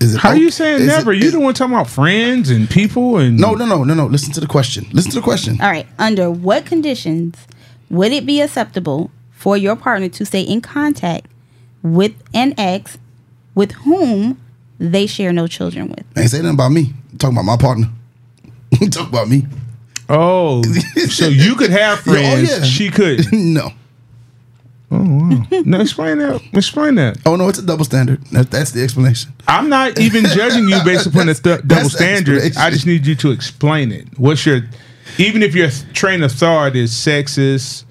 S4: Is it?
S2: How are
S4: okay-
S2: you saying
S4: Oh, is
S2: never?
S4: it-
S2: you
S4: is-
S2: the one talking about friends and people and
S4: Oh, No, no, no, no, no. Listen to the question. Listen to the question.
S3: All right. Under what conditions would it be acceptable for your partner to stay in contact with an ex with whom they share no children with?
S4: I ain't say nothing about me. I'm talking about my partner. Talk about me.
S2: Oh, so you could have
S4: Yeah, oh,
S2: friends.
S4: yeah.
S2: She could.
S4: no.
S2: no, explain that. Explain that.
S4: Oh no, it's a double standard. That, that's the explanation.
S2: I'm not even judging you based upon the th- double
S4: that's
S2: standard. I
S4: explanation.
S2: just need you to explain it. What's your, even if your train of thought is sexist,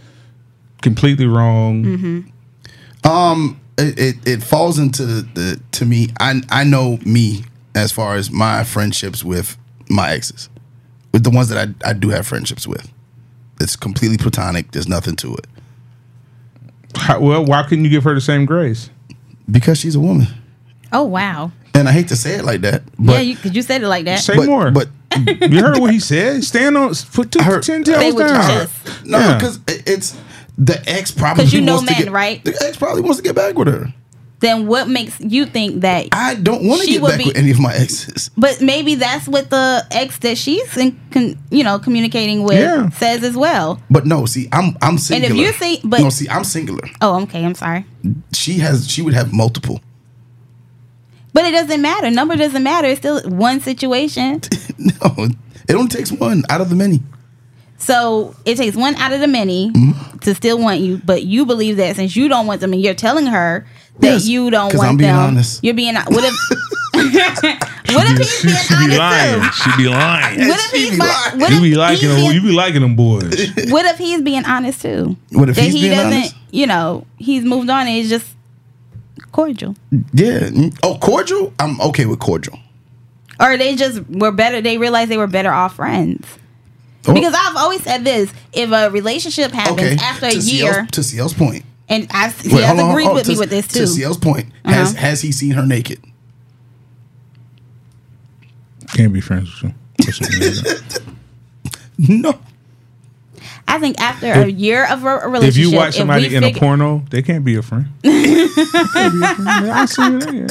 S2: completely wrong.
S3: Mm-hmm.
S4: Um, It it, it falls into the, the to me. I I know me as far as my friendships with my exes, with the ones that I I do have friendships with. It's completely platonic. There's nothing to it
S2: How, well, why couldn't you give her the same grace?
S4: because she's a woman.
S3: Oh, wow.
S4: and I hate to say it like that, but
S3: yeah, you, cause you said it like that.
S2: Say
S4: but,
S2: more.
S4: but
S2: you heard what he said. Stand on, put two,
S4: heard-
S2: ten
S3: Say
S2: toes
S3: what you
S2: down.
S3: just-
S4: no,
S2: Yeah.
S4: because it's the ex probably
S3: 'Cause you know
S4: wants to
S3: men,
S4: get-
S3: right?
S4: The ex probably wants to get back with her.
S3: Then what makes you think that?
S4: I don't want to
S3: She
S4: get
S3: would
S4: back
S3: be-
S4: with any of my exes.
S3: But maybe that's what the ex that she's in, con, you know, communicating with
S2: Yeah.
S3: says as well.
S4: But no, see, I'm I'm singular.
S3: you're sing- but-
S4: no, see, I'm singular.
S3: Oh, okay. I'm sorry,
S4: She has she would have multiple.
S3: but it doesn't matter. Number doesn't matter. It's still one situation.
S4: No, it only takes one out of the many.
S3: So it takes one out of the many
S4: Mm-hmm.
S3: to still want you, but you believe that since you don't want them, and you're telling her that
S4: Yes,
S3: you don't
S4: 'cause
S3: want
S4: I'm being
S3: them.
S4: honest.
S3: You're being what if? what if he's
S2: She,
S3: being
S2: she be
S3: honest
S2: lying.
S3: too?
S2: She be lying.
S3: What if he's like? What
S2: You
S3: if
S2: be liking
S3: he's
S2: them. You be
S3: being,
S2: liking them boys.
S3: what if he's being honest too?
S4: What if
S3: that
S4: he's
S3: he
S4: being
S3: doesn't?
S4: honest?
S3: You know, he's moved on and he's just cordial,
S4: Yeah. mm, Oh, cordial. I'm okay with cordial.
S3: or they just were better. They realized they were better off friends.
S4: Oh,
S3: Because I've always said this: if a relationship happens after a
S4: to CL's
S3: year,
S4: to CL's point.
S3: and I he
S4: Wait,
S3: has
S4: hold on,
S3: agreed
S4: hold on.
S3: with
S4: to,
S3: me with this
S4: To
S3: too.
S4: CL's point, has
S3: Uh-huh.
S4: has he seen her naked?
S2: Can't be friends with you. That's what it is.
S4: No.
S3: I think after a year of a a relationship,
S2: if you watch somebody
S3: we
S2: in a
S3: figure-
S2: porno, they can't be your friend. They can't be your friend. I see you there.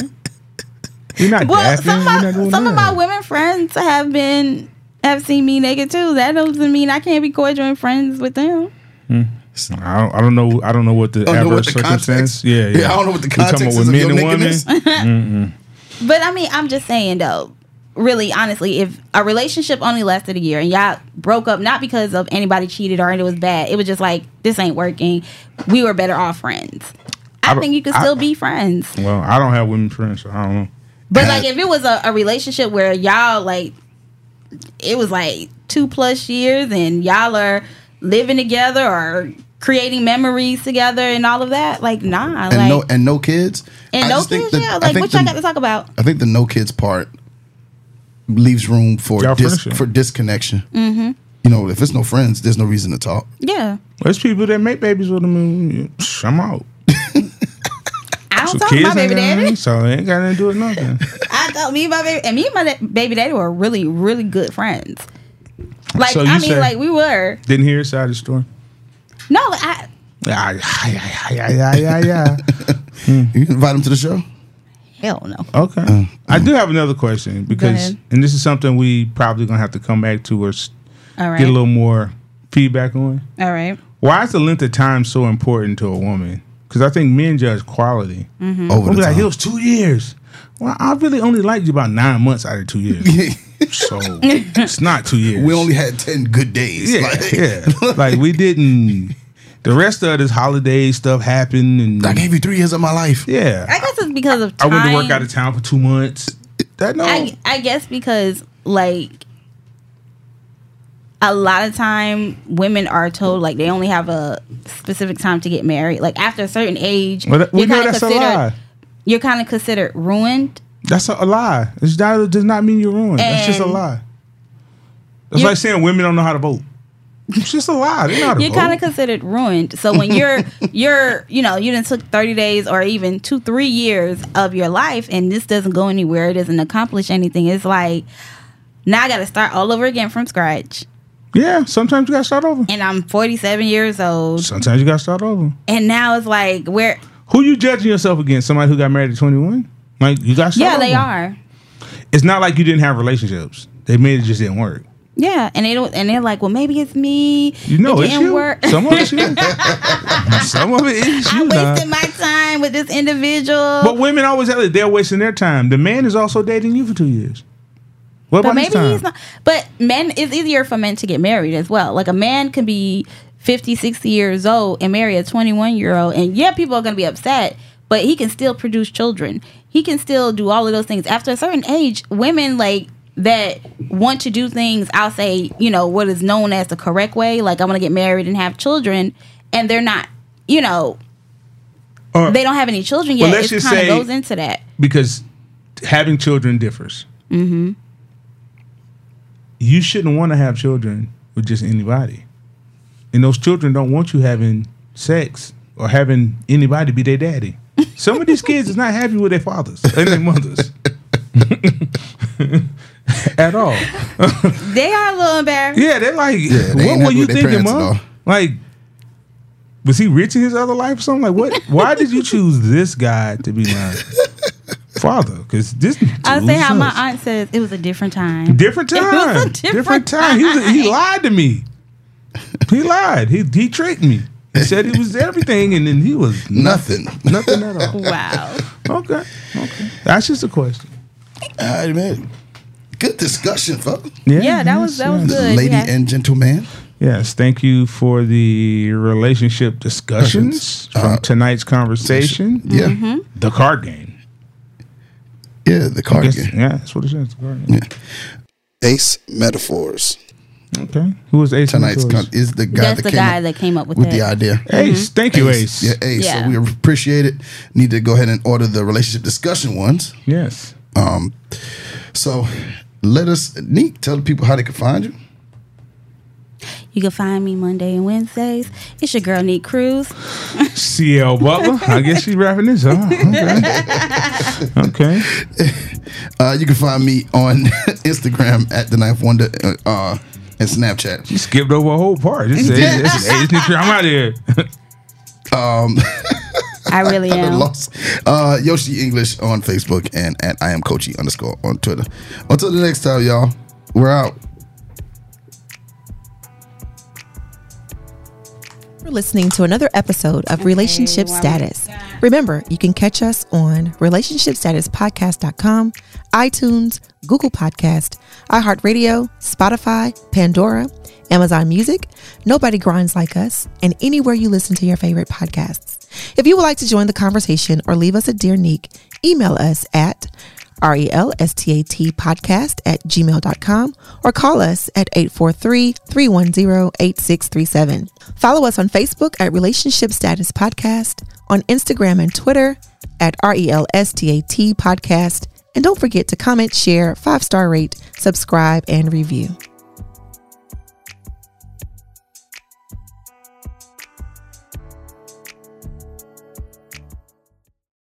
S2: You're not
S3: well,
S2: dapping.
S3: some,
S2: You're not
S3: of,
S2: doing
S3: some of my
S2: nothing.
S3: women friends have been have seen me naked too. That doesn't mean I can't be cordial and friends with them.
S2: I don't, I don't know. I don't know what the
S4: I don't know
S2: adverse
S4: what the
S2: circumstance.
S4: context.
S2: Yeah, yeah,
S4: I don't know what the
S2: You talking
S4: context is
S2: about
S4: of
S2: with
S4: your
S2: men and women.
S4: nakedness.
S3: But I mean, I'm just saying though. Really, honestly, if a relationship only lasted a year and y'all broke up not because of anybody cheated or it was bad, it was just like this ain't working. We were better off friends. I,
S2: don't-
S3: think you can
S2: I-
S3: still be friends.
S2: Well, I don't have women friends, so I don't know.
S3: But like if it was a, a relationship where y'all like it was like two plus years and y'all are living together or creating memories together and all of that, like nah.
S4: And
S3: like
S4: no and no kids.
S3: and
S4: I
S3: no
S4: just think
S3: kids,
S4: that-
S3: yeah.
S4: I
S3: Like
S4: think
S3: what
S4: the-
S3: y'all got to talk about?
S4: I think the no kids part leaves room for
S2: Y'all
S4: dis-
S2: friendship.
S4: for disconnection. Mm-hmm. You know, if it's no friends, there's no reason to talk.
S3: Yeah.
S2: There's people that make babies with them. Psh, I'm out.
S3: I don't
S2: So
S3: talk to
S2: kids
S3: my
S2: ain't
S3: baby
S2: got nothing,
S3: daddy.
S2: so they ain't got nothing to do with nothing.
S3: I thought me and my baby and me and my da- baby daddy were really, really good friends. Like
S2: So you
S3: I mean,
S2: say-
S3: like we were.
S2: Didn't hear his side of the story.
S3: No, I
S2: Yeah, yeah, yeah, yeah, yeah, yeah.
S4: You invite them to the show.
S3: hell no.
S2: Okay.
S4: Mm,
S2: I do have another question because,
S3: ahead.
S2: and this is something we probably gonna have to come back to or s-
S3: All right.
S2: get a little more feedback on.
S3: all right.
S2: Why is the length of time so important to a woman? Because I think men judge quality.
S4: Over
S3: Mm-hmm.
S2: We'll
S4: the
S2: be like, it
S4: time.
S2: was two years. Well, I really only liked you about nine months out of two years. so it's not two years.
S4: We only had ten good days.
S2: yeah,
S4: Like,
S2: yeah. like we didn't. The rest of this holiday stuff happened, and
S4: I gave you three years of my life.
S2: yeah,
S3: I guess it's because of
S2: I
S3: time.
S2: went to work out of town for two months. That no,
S3: I, I guess because like a lot of time women are told like they only have a specific time to get married. Like after a certain age,
S2: Well, that- we know
S3: kinda
S2: that's a lie.
S3: You're kind of considered ruined.
S2: That's a, a lie. It's not, it does not mean you're ruined. That's just a
S3: And
S2: lie. That's
S3: you-
S2: like saying women don't know how to vote. It's just a lie. They know how to
S3: You're
S2: vote.
S3: kind of considered ruined. So when you're you're you know you didn't took 30 days or even two three years of your life and this doesn't go anywhere. It doesn't accomplish anything. It's like now I got to start all over again from scratch.
S2: yeah, sometimes you got to start over.
S3: And I'm 47 years old.
S2: Sometimes you got to start over.
S3: And now it's like where
S2: Who you judging yourself against? Somebody who got married at 21? Like, you got to start
S3: Yeah, they
S2: over.
S3: are.
S2: It's not like you didn't have relationships. They made it just didn't work.
S3: Yeah, and they don't, and they're like, well, maybe it's me.
S2: You know,
S3: it
S2: it's
S3: didn't
S2: you.
S3: work.
S2: Some of it's you. Some of it is
S3: I
S2: you. nah.
S3: wasted my time with this individual.
S2: But
S3: But,
S2: women always have it. They're wasting their time. The man is also dating you for two years. What about his
S3: maybe
S2: time?
S3: he's not. But men, it's easier for men to get married as well. Like a man can be 50, 60 years old and marry a 21 year old. And yeah, people are going to be upset, but he can still produce children. He can still do all of those things. After a certain age, women like that want to do things, I'll say, you know, what is known as the correct way. Like, I want to get married and have children. And they're not, you know,
S2: Or-
S3: they don't have any children
S2: Well,
S3: yet.
S2: let's
S3: it
S2: just
S3: kind of
S2: say-
S3: goes into that.
S2: because having children differs. Mm-hmm. You shouldn't want to have children with just anybody, and those children don't want you having sex or having anybody be their daddy. Some of these kids is not happy with their fathers and their mothers at all.
S3: They are a little embarrassed.
S2: Yeah, they're like,
S4: they ain't
S2: what were
S4: happy
S2: you
S4: with their
S2: thinking,
S4: parents at all."
S2: mom? Like, was he rich in his other life or something? Like, what? Why did you choose this guy to be my father? Because this.
S3: I'll say how my
S2: Jesus.
S3: aunt says it was a different time.
S2: Different
S3: It was
S2: time.
S3: a
S2: different,
S3: different
S2: time. He, was- he lied to me. He lied. He he tricked me. He said he was everything, and then he was nothing,
S4: Nothing.
S2: nothing at all.
S3: wow.
S2: Okay, okay. That's just a question.
S4: All right, man. Good discussion, fuck.
S3: Yeah, that was that was
S2: yes.
S3: good.
S4: Lady
S3: yeah.
S4: and gentleman.
S2: Yes, thank you for the relationship discussions
S4: Uh,
S2: from tonight's conversation.
S1: Yeah.
S3: Mm-hmm.
S2: The card game.
S4: Yeah, the card
S2: Yes,
S4: game.
S2: yeah, that's what it says. The card game.
S1: Ace metaphors.
S2: Okay. Who was Ace?
S4: Mm-hmm. Tonight's
S2: Mentors?
S4: con- is the guy
S3: That's
S4: that
S3: the
S4: came
S3: guy
S4: up
S3: that came up with,
S4: with
S3: that.
S4: the idea.
S2: Ace. Thank you, Ace.
S4: Yeah, Ace.
S3: Yeah.
S4: So we appreciate it. Need to go ahead and order the relationship discussion ones.
S2: Yes.
S4: Um, so let us, Neek, tell the people how they can find you.
S3: You can find me Monday and Wednesdays. It's your girl Neat Cruz.
S2: CL Butler. I guess she's wrapping this up. Okay. okay.
S4: Uh, you can find me on Instagram at the Knife Wonder uh, uh, and Snapchat.
S2: You skipped over a whole part. This is Ace. This is Ace. Nitro. I'm out of here.
S3: I really
S4: I
S3: am.
S4: lost. Uh, Yoshi English on Facebook and at I am Kochi underscore on Twitter. Until the next time, y'all. We're out.
S5: for listening to another episode of Relationship
S3: wow.
S5: Status. Remember, you can catch us on relationshipstatuspodcast.com, iTunes, Google Podcast, iHeartRadio, Spotify, Pandora, Amazon Music, Nobody Grinds Like Us, and anywhere you listen to your favorite podcasts. If you would like to join the conversation or leave us a dear nick, email us at R E L S T A T podcast at gmail.com or call us at 843 310 8637. Follow us on Facebook at Relationship Status Podcast, on Instagram and Twitter at R E L S T A T podcast. And don't forget to comment, share, five star rate, subscribe, and review.